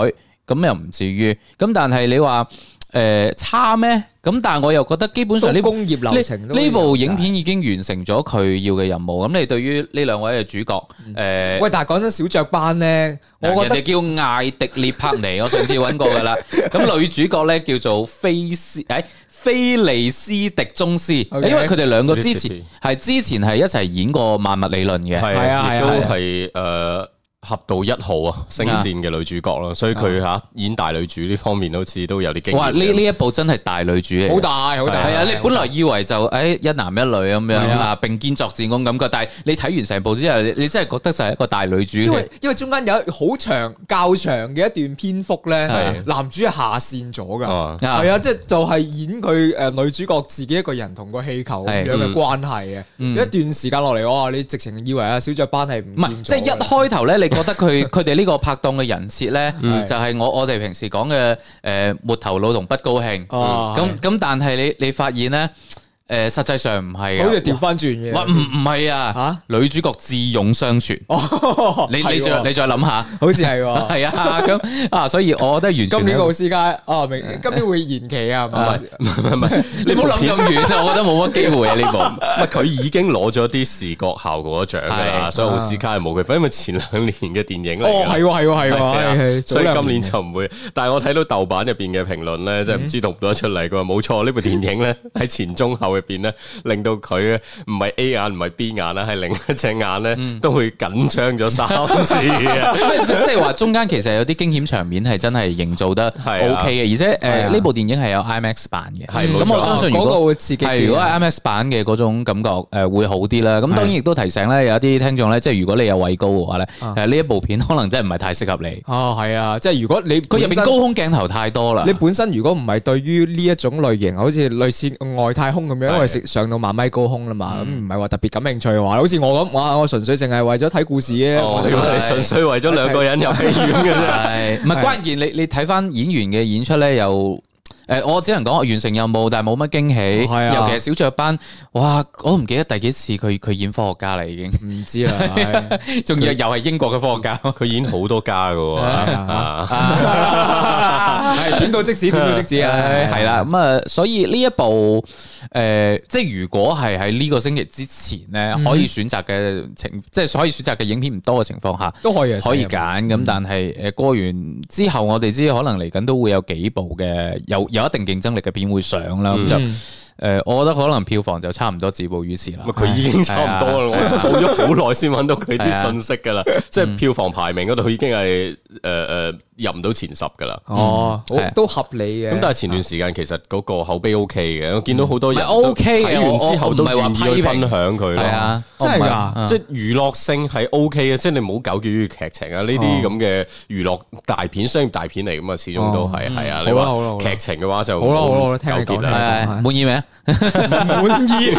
Speaker 3: 咁又唔至於。咁但係你話誒、呃差咩？咁但係我又覺得基本上呢
Speaker 4: 都工業流程都
Speaker 3: 呢呢部影
Speaker 4: 有㗎。
Speaker 3: 片已經完成咗佢要嘅任務，咁你對於呢兩位嘅主角，
Speaker 4: 嗯
Speaker 3: 诶、
Speaker 4: 喂，但係講真，小雀斑咧，我
Speaker 3: 人
Speaker 4: 覺得
Speaker 3: 哋叫艾迪列帕尼，我上次揾過噶啦。 咁女主角咧叫做菲斯，诶、菲利斯迪宗斯
Speaker 4: OK
Speaker 3: 因為佢哋兩個之前
Speaker 6: Felicity
Speaker 3: 係之前係一齊演過萬物理論嘅，
Speaker 6: 係
Speaker 4: 係啊係啊
Speaker 6: 亦都
Speaker 4: 係啊
Speaker 6: 係誒合道一號啊，星戰嘅女主角咯，所以佢嚇演大女主呢方面好似都有啲經驗嘅。
Speaker 3: 啊哇！呢呢一部真係大女主嚟嘅，
Speaker 4: 好大好大。
Speaker 3: 係啊，你本來以為就诶一男一女咁樣
Speaker 4: 係啊
Speaker 3: 啊，並肩作戰咁感覺，但係你睇完成部之後，你你真係覺得就係一個大女主
Speaker 4: 因
Speaker 3: 嚟
Speaker 4: 為。因為中間有好長較長嘅一段篇幅咧
Speaker 3: 係，
Speaker 4: 男主係下線咗㗎。
Speaker 6: 啊
Speaker 3: 啊
Speaker 4: 係啊，即係就係演佢诶女主角自己一個人同個氣球咁樣嘅關係嘅。
Speaker 3: 嗯
Speaker 4: 一段時間落嚟，哇！你直情以為啊小雀斑係唔
Speaker 3: 唔係，
Speaker 4: 見
Speaker 3: 即係
Speaker 4: 咗
Speaker 3: 一
Speaker 4: 㗎
Speaker 3: 開頭咧，你覺得 佢 佢哋呢個拍檔嘅人設咧，
Speaker 4: 嗯
Speaker 3: 就係我我哋平時講嘅誒沒頭腦同不高興。
Speaker 4: 哦
Speaker 3: 咁咁，但係你你發現咧，誒實際上唔係嘅啊
Speaker 4: 好似調翻轉嘅。
Speaker 3: 哇唔唔係啊
Speaker 4: 啊，
Speaker 3: 女主角智勇雙全。
Speaker 4: 哦
Speaker 3: 你
Speaker 4: 係
Speaker 3: 你
Speaker 4: 喎
Speaker 3: 再你再諗下，
Speaker 4: 好似係 喎。
Speaker 3: 係啊咁啊，所以我覺得完全
Speaker 4: 今年
Speaker 3: 係
Speaker 4: 奧斯卡哦，明今年會延期啊，係
Speaker 3: 啊
Speaker 4: 咪？
Speaker 3: 你唔好諗咁遠啊，我覺得冇乜機會啊呢 部。
Speaker 6: 唔係佢已經攞咗啲視覺效果獎㗎啦，
Speaker 3: 係
Speaker 6: 所以奧斯卡係冇佢份，因為前兩年嘅電影嚟
Speaker 4: 哦，
Speaker 6: 㗎。
Speaker 4: 係喎，係喎，係
Speaker 6: 係啊
Speaker 4: 喎係，係
Speaker 6: 所以
Speaker 4: 早兩
Speaker 6: 今年就唔會。但係我睇到豆瓣入邊嘅評論咧，即係唔知讀唔讀得出嚟。佢話冇錯，呢部電 影咧喺前中後入邊咧，令到佢唔係 A 眼唔係 B 眼啦，係另一隻眼咧都會緊張咗三次啊 嘅。
Speaker 3: 即係話中間其實有啲驚險場面係真係營造得
Speaker 6: 係啊
Speaker 3: OK 嘅，而且
Speaker 4: 係
Speaker 3: 誒
Speaker 4: 啊
Speaker 3: 呢部電影係有 IMAX 版嘅，
Speaker 6: 係冇
Speaker 3: 咁
Speaker 6: 錯
Speaker 3: 我相信如
Speaker 4: 嗰
Speaker 3: 果
Speaker 4: 個會刺激啲
Speaker 3: 係，如果係 IMAX 版嘅嗰種感覺，誒、會好啲啦。咁當然亦都提醒咧，有一啲聽眾咧，即係如果你有畏高嘅話咧，誒呢、
Speaker 4: 啊
Speaker 3: 一部片可能真係唔係太適合你。
Speaker 4: 哦，係啊，即係如果你
Speaker 3: 佢入
Speaker 4: 本
Speaker 3: 邊
Speaker 4: 身
Speaker 3: 高啊空鏡頭太多啦
Speaker 4: 你。本身如果唔係對於呢一種類型，好似類似外太空咁樣，因為食上到萬米高空啦嘛，咁唔係話特別感興趣嘅話，好似我咁，我我純粹淨係為咗睇故事嘅。
Speaker 6: 哦，
Speaker 4: 我
Speaker 6: 原來你純粹為咗兩個人入戲 院嘅啫。
Speaker 3: 係唔係
Speaker 4: 係
Speaker 3: 關鍵？你你睇翻演員嘅演出咧，又誒、我只能講完成任務，但係冇乜驚喜。
Speaker 4: 係啊
Speaker 3: 尤其係小雀斑，哇！我都唔記得第幾次佢佢演科學家啦，已經，
Speaker 4: 唔知啊啦，係
Speaker 3: 仲要又係英國嘅科學家。
Speaker 6: 佢演好多家㗎喎。啊
Speaker 4: 係點到即止，點到即 止啊，
Speaker 3: 系啦，咁啊，所以呢一部诶、呃即系如果係喺呢個星期之前咧，
Speaker 4: 嗯
Speaker 3: 可以選擇嘅情，即系可以選擇嘅影片唔多嘅情況下，
Speaker 4: 都可以啊嗯
Speaker 3: 可以揀咁，但係诶過完之後，我哋知可能嚟緊都會有幾部嘅有有一定競爭力嘅片會上啦，
Speaker 4: 嗯
Speaker 3: 咁就诶、呃我覺得可能票房就差唔多止步於此啦
Speaker 6: 咁。啊佢已經差唔多啦，我數咗好耐先揾到佢啲信息㗎啦，即係票房排名嗰度已經係诶诶入唔到前十㗎啦。
Speaker 4: 哦，好
Speaker 3: 係啊
Speaker 4: 都合理嘅。
Speaker 6: 咁但係前段時間其實嗰個口碑 OK 嘅，我見
Speaker 4: 嗯
Speaker 6: 到好多人
Speaker 3: 唔係
Speaker 6: 都
Speaker 3: OK 嘅
Speaker 6: 睇完之
Speaker 3: 我我
Speaker 6: 後都
Speaker 3: 唔係話
Speaker 6: 願意去
Speaker 3: 批評
Speaker 6: 分享佢
Speaker 3: 係
Speaker 6: 咯。
Speaker 3: 啊，
Speaker 4: 真係嗯㗎
Speaker 3: 啊
Speaker 6: 即係娛樂性係 O K 嘅，即係你唔好糾結於劇情啊！呢
Speaker 4: 哦
Speaker 6: 啲咁嘅娛樂大片、商業大片嚟噶嘛，始終都係係啊！你
Speaker 4: 嗯好啦好啦好
Speaker 6: 話
Speaker 4: 啦
Speaker 6: 劇情嘅話就
Speaker 4: 好啦好啦
Speaker 6: 唔
Speaker 4: 好啦聽你
Speaker 6: 糾結
Speaker 4: 講
Speaker 6: 啦。
Speaker 3: 係滿意未啊？
Speaker 4: 滿 意，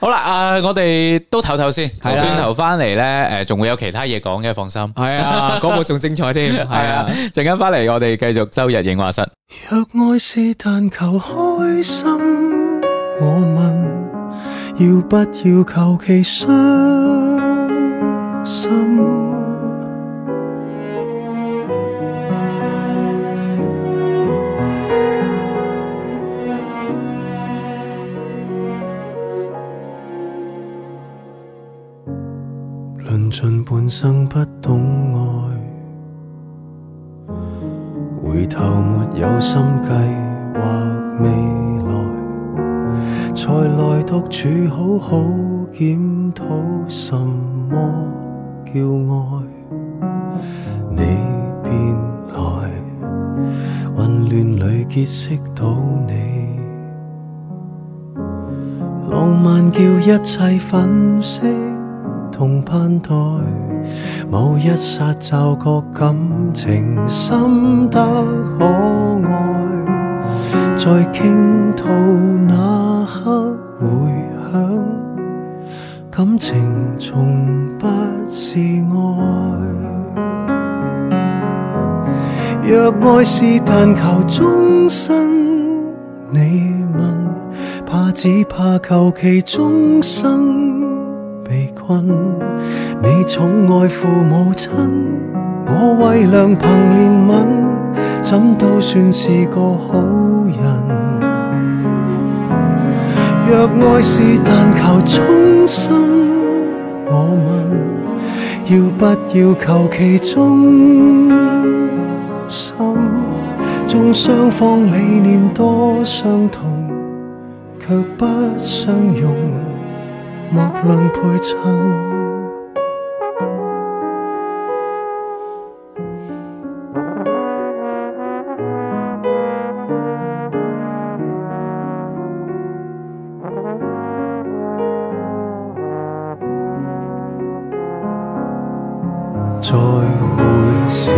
Speaker 3: 好啦，啊、我哋都唞唞先，
Speaker 4: 係啦
Speaker 3: 轉頭翻嚟咧，诶、仲會有其他嘢講嘅，放心。
Speaker 4: 係啊，嗰部仲精彩添，
Speaker 3: 系
Speaker 4: 係
Speaker 3: 啊
Speaker 4: 啊，，
Speaker 3: 陣間翻嚟我哋繼續周日影畫室。
Speaker 2: 若愛是但求開心，我問要不要求其傷心？論盡半生不懂愛。回頭沒有心計劃未來，才來獨處好好檢討什麼叫愛，你便來混亂裏結識到你。浪漫叫一切粉飾同盼待，某一剎驟覺感情深得可愛。在傾吐那刻回響，感情從不是愛。若愛是但求終身，你問，怕只怕求其終生被困。你寵愛父母親，我為良朋憐憫。怎都算是個好人。若愛是但求衷心，我問要不要求其忠心？縱雙方理念多相同，卻不相容，莫論配襯。再會時，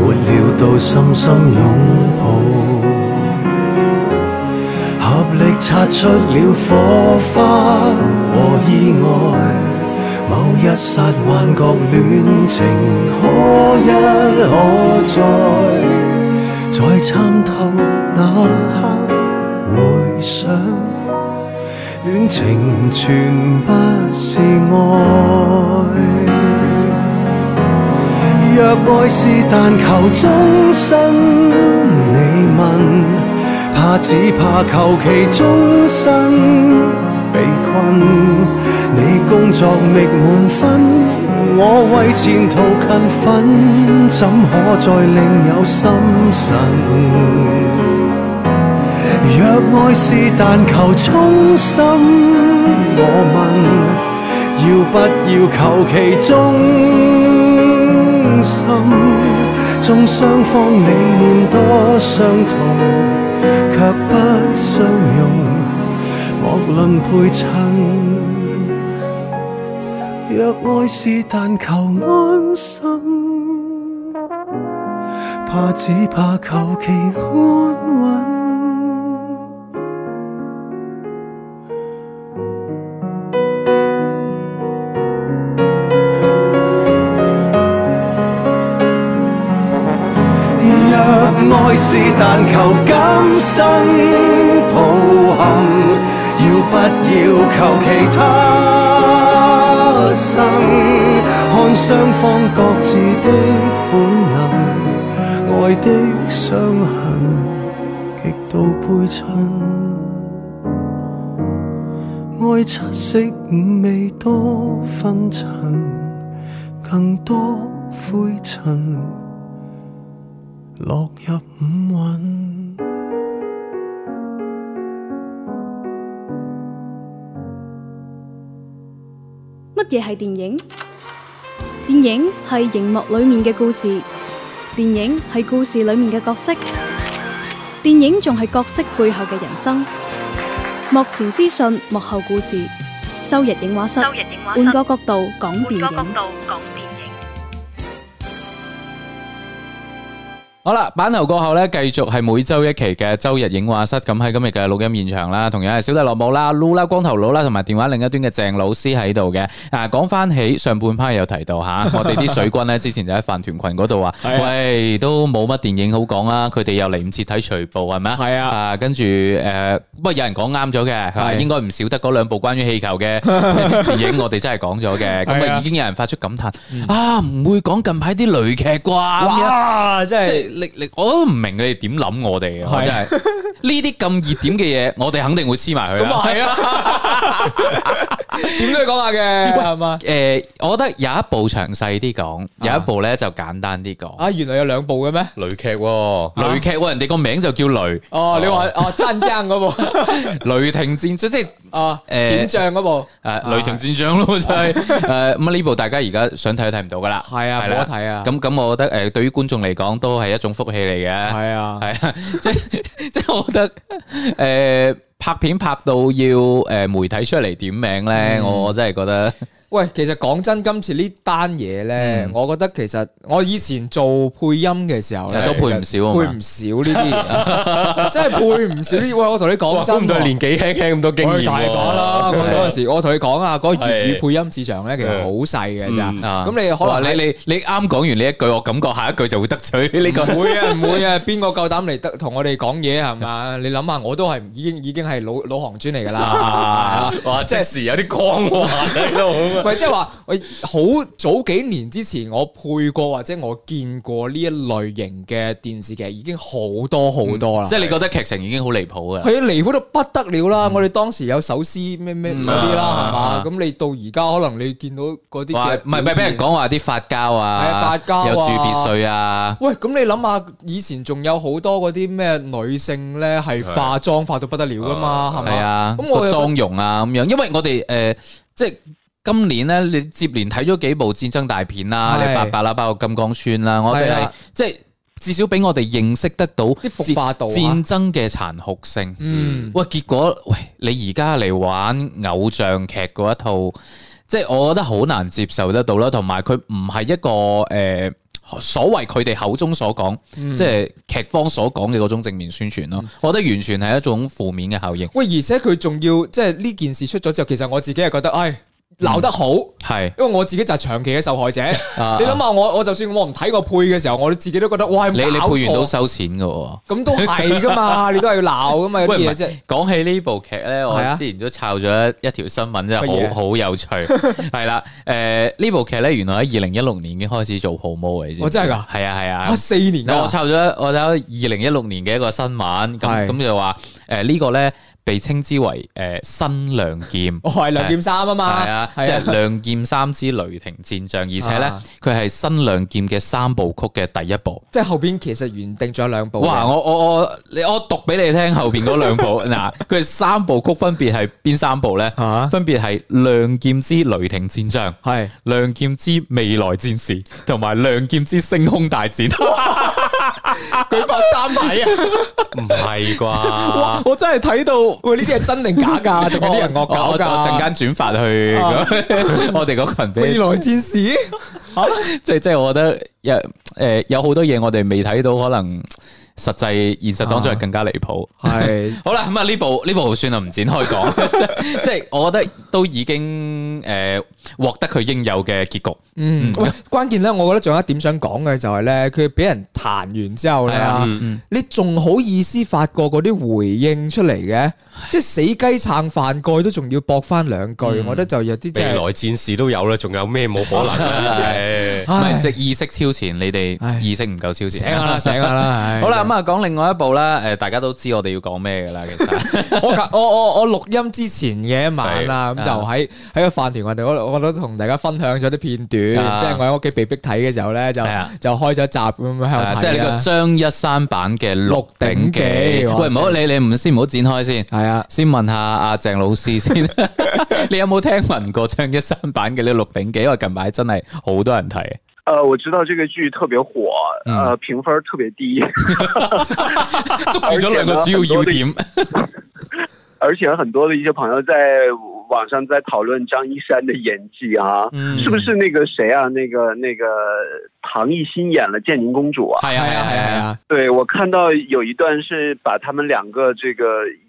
Speaker 2: 沒料到深深擁抱，合力擦出了火花和意外。某一剎幻覺，戀情可一可再，再參透那刻回想，戀情全不是愛。若愛是但求終身，你問，怕只怕求其終生被困。你工作覓滿分，我為前途勤奮，怎可再另有心神？若愛是但求衷心，我問。要不要求其忠心？縱雙方理念多相同，卻不相容，莫論配襯。若愛是但求安心，怕只怕求其安穩。若愛是但求今生抱憾，要不要求其他生？看雙方各自的本能，愛的傷痕極度配襯。愛七色五味多紛塵，更多灰塵。落入五韻。
Speaker 1: 乜嘢係電影？電影係熒幕裏面嘅故事，電影係故事裏面嘅角色，電影仲係角色背後嘅人生。幕前資訊，幕後故事。周日影畫室，
Speaker 7: 周日影畫室
Speaker 1: 換個角度講電
Speaker 7: 換個角
Speaker 1: 影。
Speaker 7: 度講電影。
Speaker 3: 好啦，版頭過後咧，繼續係每周一期嘅周日影畫室，咁喺今日嘅錄音現場啦，同樣係小弟落姆啦、Lu 啦、光頭佬啦，同埋電話另一端嘅鄭老師喺度嘅。啊，講翻起上半 part 有提到吓，我哋啲水軍咧之前就喺飯團群嗰度話，
Speaker 6: 係啊
Speaker 3: 喂，都冇乜電影好講啊，佢哋又嚟唔切睇除暴係咪啊？
Speaker 6: 係啊
Speaker 3: 啊，跟住誒，不過有人講啱咗嘅，係
Speaker 6: 係
Speaker 3: 應該唔少得嗰兩部關於氣球嘅電影，我哋真係講咗嘅，咁
Speaker 6: 係
Speaker 3: 啊
Speaker 6: 啊
Speaker 3: 已經有人發出感嘆，啊唔會講近排啲雷劇啩咁樣
Speaker 4: 哇！真
Speaker 3: 即
Speaker 4: 啊係
Speaker 3: 係你你我都唔明你哋點諗我哋嘅，我
Speaker 6: 係
Speaker 3: 真係呢啲咁熱點嘅嘢，我哋肯定會黐埋佢。
Speaker 6: 咁啊係啊，
Speaker 4: 點都要講下嘅，呃係嘛？
Speaker 3: 诶，我覺得有一部詳細啲講，有一部咧就簡單啲講。
Speaker 4: 啊，原來有兩部嘅咩？
Speaker 6: 雷劇喎，
Speaker 3: 雷劇喎，人哋個名就叫雷
Speaker 4: 哦，你話哦，真爭嗰部
Speaker 3: 雷霆戰，即即係
Speaker 4: 啊，
Speaker 3: 誒
Speaker 4: 點將嗰部啊
Speaker 3: 诶雷霆戰將咯，就係诶咁啊呢部大家而家想睇都睇唔到噶啦。
Speaker 4: 係啊，
Speaker 3: 係
Speaker 4: 冇
Speaker 3: 啦
Speaker 4: 得睇啊，
Speaker 3: 咁咁，我覺得诶對於觀眾嚟講都係一種福氣嚟嘅。
Speaker 4: 係啊，
Speaker 3: 系啊，即系即系，我覺得诶、拍片拍到要诶、媒體出嚟點名咧，
Speaker 4: 嗯
Speaker 3: 我我真係覺得
Speaker 4: 喂，其實講真，今次呢單嘢
Speaker 3: 嗯
Speaker 4: 咧，我覺得其實我以前做配音嘅時候咧，
Speaker 3: 都配唔
Speaker 4: 其
Speaker 3: 少啊嘛
Speaker 4: 實配唔少呢啲嘢， 真係配唔少呢啲。喂，我同你講
Speaker 6: 哇，
Speaker 4: 真
Speaker 6: 估唔到
Speaker 4: 喎，
Speaker 6: 你年紀輕輕咁多經
Speaker 4: 我
Speaker 6: 驗
Speaker 4: 哋大把 啦。我嗰陣時，我同你講啊，嗰個粵語配音市場咧，其實好細嘅咋。
Speaker 6: 嗯
Speaker 3: 啊，
Speaker 4: 咁你可
Speaker 3: 哇
Speaker 4: 能
Speaker 3: 你你你啱講完呢一句，我感覺下一句就會得罪呢、個。
Speaker 4: 唔會啊，唔會啊，邊個夠膽嚟得同我哋講嘢係嘛？你諗下，我都係已經已經係老老行專嚟㗎
Speaker 3: 啊
Speaker 4: 啦。
Speaker 6: 哇，即時有啲光環喺度咁啊！
Speaker 4: 喂，即係話，我好早幾年之前，我配過或者我見過呢一類型嘅電視劇已經好多好多啦。
Speaker 3: 嗯即係你覺得劇情已經好離譜嘅。
Speaker 4: 係啊，離譜到不得了啦！我哋當時有手撕咩咩嗰啲啦，
Speaker 3: 啊
Speaker 4: 係嘛？咁你到而家可能你見到嗰啲
Speaker 3: 話
Speaker 4: 嘅
Speaker 3: 唔係唔係俾人
Speaker 4: 表現
Speaker 3: 講話啲發膠啊，
Speaker 4: 係啊發膠啊
Speaker 3: 有住別墅啊，
Speaker 4: 喂，咁你諗下，以前仲有好多嗰啲咩女性咧，係化妝化到不得了噶嘛，係咪
Speaker 3: 係啊，
Speaker 4: 咁我
Speaker 3: 個妝容啊咁樣。因為我哋诶、誒即係今年咧，你接連睇咗幾部戰爭大片啦，
Speaker 4: 係
Speaker 3: 你八八啦，包括《金剛川》啦，我哋
Speaker 4: 係
Speaker 3: 係
Speaker 4: 啊
Speaker 3: 即係至少俾我哋認識得到
Speaker 4: 啲服化度啊
Speaker 3: 戰爭嘅殘酷性。
Speaker 4: 嗯，
Speaker 3: 喂，結果喂，你而家嚟玩偶像劇嗰一套，即係我覺得好難接受得到啦，同埋佢唔係一個诶、呃所謂佢哋口中所講，
Speaker 4: 嗯
Speaker 3: 即係劇方所講嘅嗰種正面宣傳咯，我覺得完全係一種負面嘅效應。
Speaker 4: 喂，而且佢仲要即係呢件事出咗之後，其實我自己係覺得，唉，鬧得好。
Speaker 3: 係
Speaker 4: 因為我自己就係長期嘅受害者。
Speaker 3: 啊
Speaker 4: 你諗下，我我就算我唔睇個配嘅時候，我自己都覺得，哇，
Speaker 3: 你
Speaker 4: 有
Speaker 3: 你
Speaker 4: 冇搞
Speaker 3: 配完都
Speaker 4: 錯
Speaker 3: 收錢嘅喎。
Speaker 4: 咁都係噶嘛，你都係要鬧噶嘛，有啲
Speaker 3: 喂唔
Speaker 4: 嘢
Speaker 3: 係
Speaker 4: 啫。
Speaker 3: 講起呢部劇咧，我
Speaker 4: 係啊
Speaker 3: 之前都抄咗一一條新聞，真
Speaker 4: 乜嘢
Speaker 3: 係好好 有趣。係啦，誒呢部劇咧，原來喺二零一六年已經開始做 promo 嘅，你知唔知
Speaker 4: 哦真係㗎
Speaker 3: 係啊係啊，
Speaker 4: 啊，四年
Speaker 3: 我
Speaker 4: 啊，
Speaker 3: 抄咗我睇二零一六年嘅一個新聞，
Speaker 4: 係
Speaker 3: 咁咁就話誒呢個咧被稱之為誒新亮劍。
Speaker 4: 我係梁劍三啊嘛，
Speaker 3: 係啊，即
Speaker 4: 係
Speaker 3: 係亮劍三之雷霆戰將，而且咧
Speaker 4: 啊
Speaker 3: 佢係新亮劍嘅三部曲嘅第一部。
Speaker 4: 即係後邊其實原定咗有兩部嘅。
Speaker 3: 哇！我我我你我讀俾你聽後邊嗰兩部 嗱，佢係三部曲分別係邊三部咧？
Speaker 4: 啊
Speaker 3: 分別係《亮劍之雷霆戰將》、《
Speaker 4: 係
Speaker 3: 亮劍之未來戰士》同埋《亮劍之星空大戰》。
Speaker 4: 舉白三睇啊！
Speaker 6: 唔係 啩？
Speaker 4: 哇，我真係 睇到，喂，呢啲係真定假㗎？定係啲人惡
Speaker 3: 我
Speaker 4: 搞
Speaker 3: 我
Speaker 4: 㗎？
Speaker 3: 陣間轉發去 我哋嗰群
Speaker 4: 未
Speaker 3: 俾，
Speaker 4: 來 戰士，
Speaker 3: 即係即係我覺得有誒有好多嘢我哋未睇到，可能實際現實當
Speaker 4: 啊
Speaker 3: 中係更加離譜。
Speaker 4: 係
Speaker 3: 好啦，咁啊呢部呢部算啦，唔展開講， 即即係我覺得都已經誒獲、得佢應有嘅結局。
Speaker 4: 嗯，喂，關鍵咧，我覺得仲有一點想講嘅就係咧，佢俾人彈完之後
Speaker 3: 係啊
Speaker 4: 咧，你仲好意思發過嗰啲回應出嚟嘅，即係死雞撐飯蓋都仲要駁翻兩句，我覺得就有啲即
Speaker 6: 未來
Speaker 4: 係
Speaker 6: 戰士都有啦，仲有咩冇可能 啊？真係
Speaker 3: 唔係
Speaker 4: 唉
Speaker 3: 即係意識超前，你
Speaker 4: 唉
Speaker 3: 哋意識唔夠超前。啊
Speaker 4: 醒 下啦，醒下啦，唉
Speaker 3: 好啦，，咁啊講另外一部啦，誒、呃大家都知我哋要講咩噶啦，其實
Speaker 4: 我隔我我我錄音之前嘅一晚啦，咁
Speaker 3: 係啊
Speaker 4: 就喺喺個飯團，我哋我我都同大家分享咗啲片段，
Speaker 3: 啊
Speaker 4: 即係我喺屋企被逼睇嘅時候咧，就
Speaker 3: 係啊
Speaker 4: 就開咗集咁樣喺
Speaker 3: 啊
Speaker 4: 度
Speaker 3: 即係
Speaker 4: 睇
Speaker 3: 呢個
Speaker 4: 啦，
Speaker 3: 張一山版嘅《鹿鼎記》。
Speaker 4: 鹿鼎記哇
Speaker 3: 喂，唔好你你唔先唔好展開先。
Speaker 4: 係啊。
Speaker 3: 先問下阿鄭老師 先，你有冇聽聞過張一山版嘅呢《鹿鼎記》？因為近排真係好多人睇。
Speaker 5: 呃，我知道这个剧特别火，呃，评分特别低，
Speaker 3: 捉住咗兩個主要要點。
Speaker 5: 而且很多的一些朋友在网上在讨论张一山的演技啊，
Speaker 3: 嗯
Speaker 5: 是不是那个谁啊，那个那个唐艺昕演了建宁公主啊？
Speaker 3: 係啊係啊係啊！，
Speaker 5: 对，我看到有一段是把他们两个这个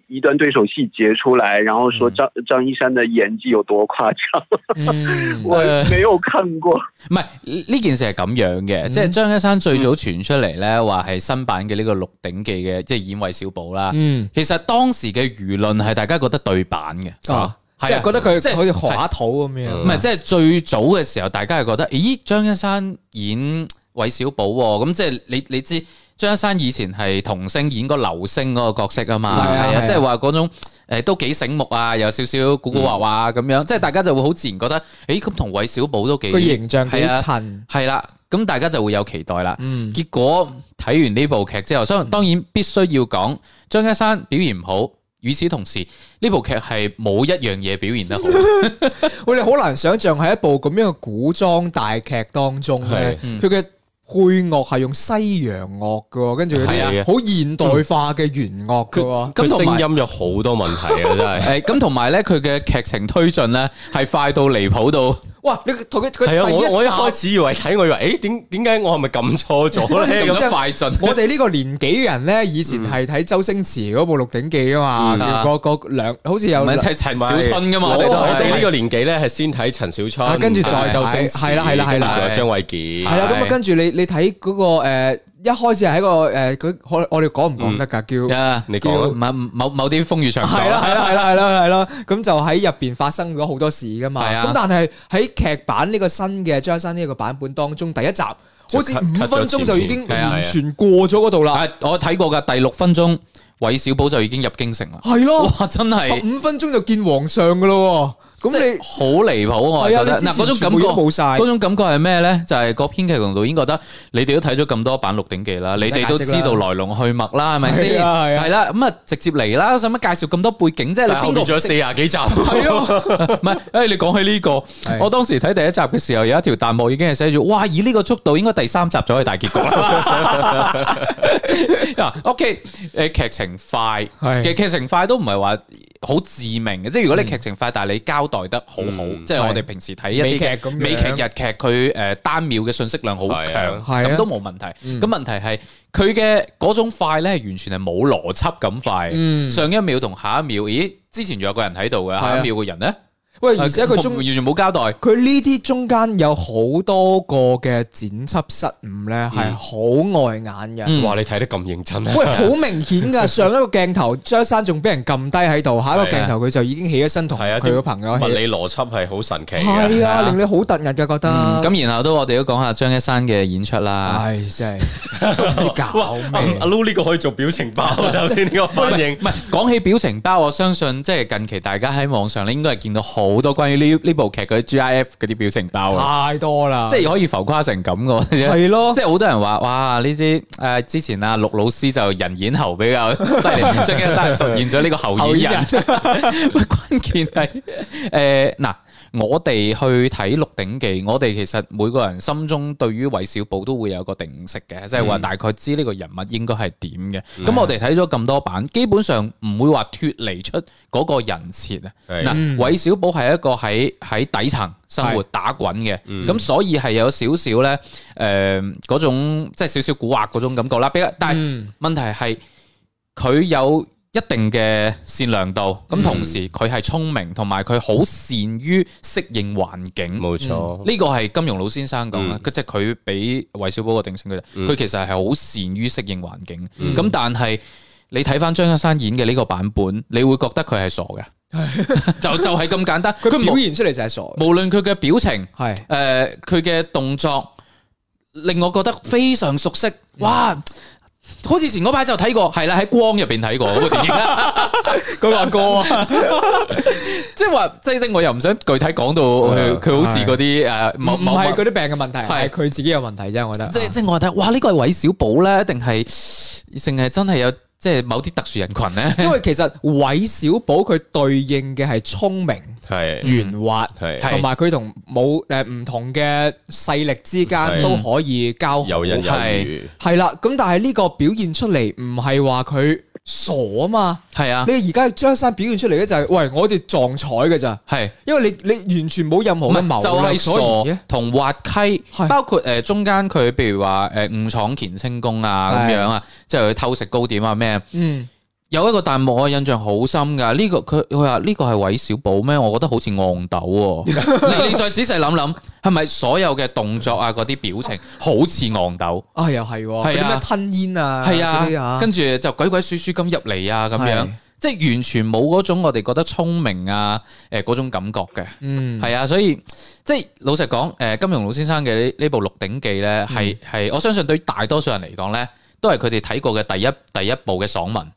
Speaker 5: 一段对手戏截出来，然后说张、张一山的演技有多夸张，
Speaker 4: 嗯
Speaker 5: 我没有看过。
Speaker 3: 唔係呢呢件事係咁樣嘅，
Speaker 4: 嗯
Speaker 3: 即係張一山最早傳出嚟咧，話係新版嘅呢個《鹿鼎記》嘅，即係演韋小寶啦。
Speaker 4: 嗯。
Speaker 3: 其實當時嘅輿論係大家覺得對版嘅，
Speaker 4: 啊，
Speaker 3: 係啊
Speaker 4: 即係覺得佢
Speaker 3: 即係
Speaker 4: 好似滑土咁樣，
Speaker 3: 唔係即係最早嘅時候，大家係覺得，咦，張一山演韋小寶喎，咁即係你你知張生以前係童星演個流星嗰個角色啊嘛，
Speaker 4: 係啊
Speaker 3: 係
Speaker 4: 係
Speaker 3: 啊，
Speaker 4: 啊
Speaker 3: 即係話嗰種誒都幾醒目啊，有少少古古惑惑
Speaker 4: 嗯
Speaker 3: 咁樣，即係大家就會好自然覺得，誒咁同韋小寶都幾
Speaker 4: 個形象幾
Speaker 3: 係啊
Speaker 4: 襯，
Speaker 3: 係啦，咁大家就會有期待啦。
Speaker 4: 嗯，
Speaker 3: 結果睇完呢部劇之後，相當然必須要講張家山表現唔好。與此同時，呢部劇係冇一樣嘢表現得好，
Speaker 4: 喂，你好難想像喺一部咁樣嘅古裝大劇當中咧
Speaker 6: 係，
Speaker 3: 嗯
Speaker 4: 佢嘅配樂係用西洋樂嘅喎，跟住嗰
Speaker 6: 係
Speaker 4: 啲
Speaker 6: 啊
Speaker 4: 好現代化嘅弦樂嘅喎
Speaker 6: 佢。佢
Speaker 3: 咁同埋
Speaker 6: 聲音有好多問題啊，真
Speaker 3: 誒
Speaker 6: 係。
Speaker 3: 咁同埋咧，佢嘅劇情推進咧係快到離譜到。
Speaker 4: 哇！你同 佢佢
Speaker 6: 係啊，
Speaker 4: 第
Speaker 6: 我我一
Speaker 4: 集
Speaker 6: 開始以為睇，我以為誒點點解我係咪撳錯咗咧？
Speaker 3: 咁
Speaker 6: 咁
Speaker 3: 樣快進，
Speaker 4: 我哋呢個年紀嘅人咧，以前係睇周星馳嗰部《鹿鼎記》噶
Speaker 3: 嗯
Speaker 4: 嘛，個個兩好似有
Speaker 3: 唔係
Speaker 4: 兩
Speaker 3: 睇陳小春噶嘛？
Speaker 6: 我
Speaker 3: 我哋都
Speaker 6: 我
Speaker 3: 係
Speaker 6: 哋呢個年紀咧係先睇陳小
Speaker 4: 啊
Speaker 6: 春，
Speaker 4: 跟住再
Speaker 6: 睇
Speaker 4: 睇
Speaker 6: 周星馳，
Speaker 4: 係啦係啦係啦
Speaker 6: 跟住仲有張衛健，
Speaker 4: 係啦。咁啊，跟住你你睇嗰個誒，一開始係喺個誒，佢可我哋講唔講得
Speaker 6: 嗯
Speaker 4: 㗎？叫
Speaker 3: 啊，
Speaker 6: 你講啊
Speaker 3: 某某某啲風雨場所
Speaker 4: 係啦，係啦，係啦，係啦，係啦，咁就喺入邊發生咗好多事噶嘛。
Speaker 3: 係啊
Speaker 4: 咁但係喺劇版呢個新嘅張生呢個版本當中，第一集好似
Speaker 6: 就 cut-
Speaker 4: 五
Speaker 6: cut 咗
Speaker 4: 分鐘就已經
Speaker 6: 前面係啊係啊
Speaker 4: 完全過咗嗰度啦，
Speaker 3: 啊，我睇過噶，第六分鐘，韋小寶就已經入京城啦。
Speaker 4: 係咯，
Speaker 3: 哇，真
Speaker 4: 十
Speaker 3: 係
Speaker 4: 五分鐘就見皇上噶咯喎。
Speaker 3: 即
Speaker 4: 咁
Speaker 3: 係
Speaker 4: 你
Speaker 3: 好離譜，我
Speaker 4: 係
Speaker 3: 覺
Speaker 4: 啊，
Speaker 3: 得
Speaker 4: 你
Speaker 3: 嗱嗰
Speaker 4: 之前
Speaker 3: 種
Speaker 4: 全
Speaker 3: 感
Speaker 4: 部
Speaker 3: 覺
Speaker 4: 都。冇晒
Speaker 3: 嗰。種感覺係咩呢？就係、個編劇同導演覺得你哋都睇咗咁多版《鹿鼎記》啦，你哋都知道來龍去脈啦，係咪先？
Speaker 4: 係啊係啊
Speaker 3: 係啦，咁啊直接嚟啦，使乜介紹咁多背景啫？你
Speaker 6: 但係
Speaker 3: 邊
Speaker 6: 後
Speaker 3: 個
Speaker 6: 面
Speaker 3: 唔
Speaker 6: 仲有四
Speaker 3: 識？
Speaker 6: 廿幾集，
Speaker 4: 係啊咯，
Speaker 3: 唔係，誒你講起呢、個，我當時睇第一集嘅時候，有一條彈幕已經係寫住：哇！以呢個速度，應該第三集就可以大結局啦。 嗱，OK，誒劇情快，
Speaker 4: 係嗯
Speaker 3: 嘅劇情快都唔係話好致命嘅，即係如果你劇情快，但係你交代得好好，
Speaker 6: 嗯
Speaker 3: 即係我哋
Speaker 4: 係
Speaker 3: 平時睇一啲
Speaker 4: 美劇
Speaker 3: 嘅
Speaker 4: 咁樣
Speaker 3: 美劇、日劇，佢誒單秒嘅信息量好
Speaker 6: 係啊
Speaker 3: 強，
Speaker 4: 係啊
Speaker 3: 咁都冇問題。咁問題係佢嘅嗰種快咧，完全係冇邏輯咁快。
Speaker 4: 嗯
Speaker 3: 上一秒同下一秒，咦？之前仲有個人喺度嘅，
Speaker 4: 啊
Speaker 3: 下一秒個人咧？
Speaker 4: 喂，而且佢中
Speaker 3: 完全冇交代，
Speaker 4: 佢呢啲中間有好多個嘅剪輯失誤咧，
Speaker 6: 嗯
Speaker 4: 係好礙眼嘅。
Speaker 3: 嗯
Speaker 6: 哇！你睇得咁認真 啊！
Speaker 4: 喂，好明顯 噶，上一個鏡頭張生仲俾人撳低喺度，下一個鏡頭佢就已經起咗身同
Speaker 6: 係啊
Speaker 4: 佢個朋友
Speaker 6: 物
Speaker 4: 起。
Speaker 6: 理邏輯係好神奇 嘅，
Speaker 4: 係
Speaker 3: 係啊
Speaker 4: 啊，令你好突兀嘅覺得。
Speaker 3: 咁然後都我哋都講下張一山嘅演出啦。
Speaker 4: 唉，真係都唔知搞
Speaker 6: 阿
Speaker 4: 咩
Speaker 6: 阿。Lu 呢個可以做表情 包啊，頭先呢個反應
Speaker 3: 唔。係講起表情包，我相信即係近期大家喺網上咧，應該係見到好多關於呢呢部劇嗰啲 GIF 嗰啲表情包啊，
Speaker 4: 太多啦，
Speaker 3: 即係可以浮誇成咁 嘅喎。
Speaker 4: 係咯
Speaker 3: 即係好多人話哇呢啲誒之前啊陸老師就人演猴比較犀利，張一山實現咗呢個猴演人。喂 關鍵係誒嗱，我哋去睇《鹿鼎記》，我哋其實每個人心中對於韋小寶都會有個定式嘅，即係話大概知呢個人物應該係點嘅。咁、我哋睇咗咁多版，基本上唔會話脱離出嗰個人設啊。
Speaker 6: 係
Speaker 3: 嗱，韋小寶係一個喺喺底層生活
Speaker 4: 係
Speaker 3: 打滾嘅，咁、所以係有少少咧誒呃嗰種即係少少蠱惑嗰種感覺啦。比較，但係
Speaker 4: 嗯
Speaker 3: 問題係佢有一定嘅善良度，咁同時佢係聰明，同埋佢好善於適應環境。嗯
Speaker 6: 冇錯，
Speaker 3: 呢個係金庸老先生講啦，即係佢俾韋小寶個定性，佢就佢其實係好善於適應環境。咁、但係你睇翻張一山演嘅呢個版本，你會覺得佢係傻嘅，就就係咁簡單。佢
Speaker 4: 佢表
Speaker 3: 無
Speaker 4: 現出嚟就係傻嘅。
Speaker 3: 無論佢嘅表情，
Speaker 4: 係
Speaker 3: 誒呃佢嘅動作，令我覺得非常熟
Speaker 4: 嗯
Speaker 3: 悉。哇！好似前嗰排就睇過，係啦，喺光入邊睇過嗰部 電影啦。
Speaker 4: 佢話過啊，
Speaker 3: 即係話，即係我又唔想具體講到呃佢，佢好似嗰啲誒
Speaker 4: 唔
Speaker 3: 某某
Speaker 4: 啊係嗰啲病嘅問題，
Speaker 3: 係
Speaker 4: 係佢自己有問題啫。我覺得
Speaker 3: 即即我睇，哇！呢個係韋小寶咧，定係定係真係有即係某啲特殊人群咧？
Speaker 4: 因為其實韋小寶佢對應嘅係聰明、
Speaker 6: 係
Speaker 4: 圓滑，
Speaker 6: 係
Speaker 3: 係
Speaker 4: 同埋佢同冇誒唔同嘅勢力之間
Speaker 6: 係
Speaker 4: 都可以交
Speaker 6: 游刃有餘，
Speaker 4: 係啦。咁但係呢個表現出嚟唔係話佢傻啊嘛，
Speaker 3: 係啊，
Speaker 4: 你而家張生表現出嚟咧就係、喂，我好似撞彩嘅咋，
Speaker 3: 係。
Speaker 4: 因為你你完全冇任何
Speaker 3: 唔
Speaker 4: 嘅
Speaker 3: 係就
Speaker 4: 謀略所言
Speaker 3: 係
Speaker 4: 嘅
Speaker 3: 傻。同滑稽，
Speaker 4: 係
Speaker 3: 包括誒中間佢譬如話誒誤闖乾清宮啊咁
Speaker 4: 係
Speaker 3: 樣啊，即係去偷食糕點啊咩，
Speaker 4: 嗯，
Speaker 3: 有一個彈幕我印象好深㗎，呢、個佢佢話呢個係韋小寶咩？我覺得好似戇豆喎。你你再仔細諗諗，係咪所有嘅動作啊嗰啲表情好似戇豆？
Speaker 4: 啊又係喎，嗰
Speaker 3: 係啊
Speaker 4: 啲咩吞煙啊，
Speaker 3: 係
Speaker 4: 嗰啲
Speaker 3: 啊
Speaker 4: 啊，，
Speaker 3: 跟住就鬼鬼祟祟咁入嚟啊咁樣
Speaker 4: 係，
Speaker 3: 即係完全冇嗰種我哋覺得聰明啊誒嗰種感覺嘅。
Speaker 4: 嗯
Speaker 3: 係啊，所以即係老
Speaker 4: 嗯
Speaker 3: 實講，誒金庸老先生嘅呢呢部《鹿鼎記》咧，係係我相信對大多數人嚟講咧，都係佢哋睇過嘅第一第一部嘅爽文，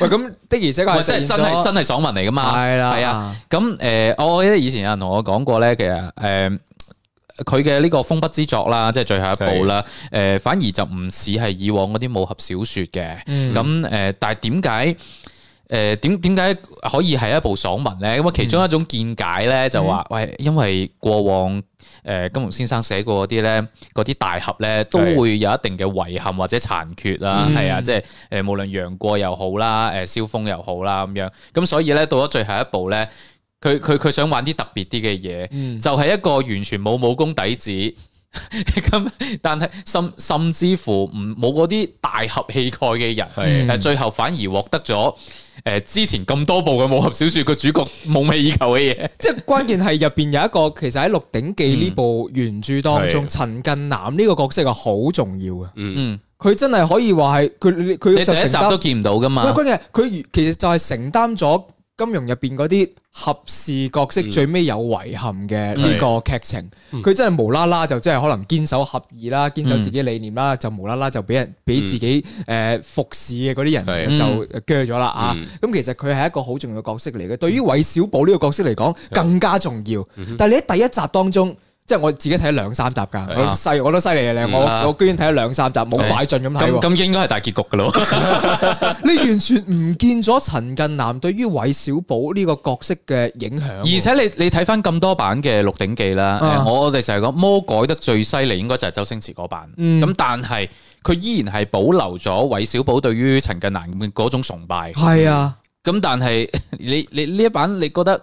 Speaker 4: 喂，咁的而且確
Speaker 3: 或者係
Speaker 4: 係實現
Speaker 3: 真係
Speaker 4: 咗
Speaker 3: 真係爽文嚟噶嘛？
Speaker 4: 係啦，
Speaker 3: 係啊。咁誒、呃我記得以前有人同我講過咧，其實誒佢嘅呢個《風筆之作》啦，即係最後一部啦，誒、反而就唔似係以往嗰啲武俠小説嘅。咁誒、呃但係點解？誒點點解可以係一部爽文咧？咁啊，其中一種見解咧就話，喂，因為過往誒、呃金庸先生寫過嗰啲咧，嗰啲大俠咧都
Speaker 6: 係
Speaker 3: 會有一定嘅遺憾或者殘缺啦，
Speaker 4: 嗯
Speaker 3: 係啊，即係誒無論楊過又好啦，誒蕭峰又好啦咁樣，咁所以咧到咗最後一步咧。佢佢佢想玩啲特別啲嘅嘢，
Speaker 4: 嗯
Speaker 3: 就係一個完全冇武功底子， 咁但係甚甚至乎唔冇嗰啲大俠氣概嘅人，
Speaker 4: 係
Speaker 3: 誒最後反而獲得咗誒、呃之前咁多部嘅武俠小説個主角夢寐以求嘅嘢。
Speaker 4: 即係關鍵係入邊有一個，其實喺《鹿鼎記》呢部原著當中，
Speaker 3: 啊
Speaker 6: 係
Speaker 4: 陳近南呢個角色係好重要嘅。
Speaker 3: 嗯，
Speaker 4: 佢真係可以話係佢佢
Speaker 3: 你第
Speaker 4: 就
Speaker 3: 一集
Speaker 4: 承
Speaker 3: 都
Speaker 4: 擔，
Speaker 3: 見唔到噶
Speaker 4: 喂，
Speaker 3: 嘛？
Speaker 4: 關鍵係佢如其實就係承擔咗金庸入邊嗰啲合事角色最尾有遺憾嘅呢個劇情。佢真係無啦啦就真係可能堅守合意啦，堅守自己理念啦，就無啦啦就俾人俾自己誒服侍嘅嗰啲人
Speaker 6: 係
Speaker 4: 就鋸咗啦啊！咁其實佢係一個好重要嘅角色嚟嘅，對於韋小寶呢個角色嚟講更加重要。但係你喺第一集當中。即係我自己睇咗兩三集㗎，我細我都犀利嘅，我
Speaker 3: 啊
Speaker 4: 我居然睇咗兩三集，冇快進咁睇
Speaker 3: 咁
Speaker 4: 喎。
Speaker 3: 咁應該係大結局噶咯。
Speaker 4: 你完全唔見咗陳近南對於韋小寶呢個角色嘅影響 喎，
Speaker 3: 而且你你睇翻咁多版嘅《鹿鼎記》啦，
Speaker 4: 啊
Speaker 3: 誒我我哋成日講魔改得最犀利應該就係周星馳嗰版，咁、
Speaker 4: 嗯
Speaker 3: 但係佢依然係保留咗韋小寶對於陳近南嘅嗰種崇拜，咁、
Speaker 4: 係啊，
Speaker 3: 但係 你你呢一版你覺得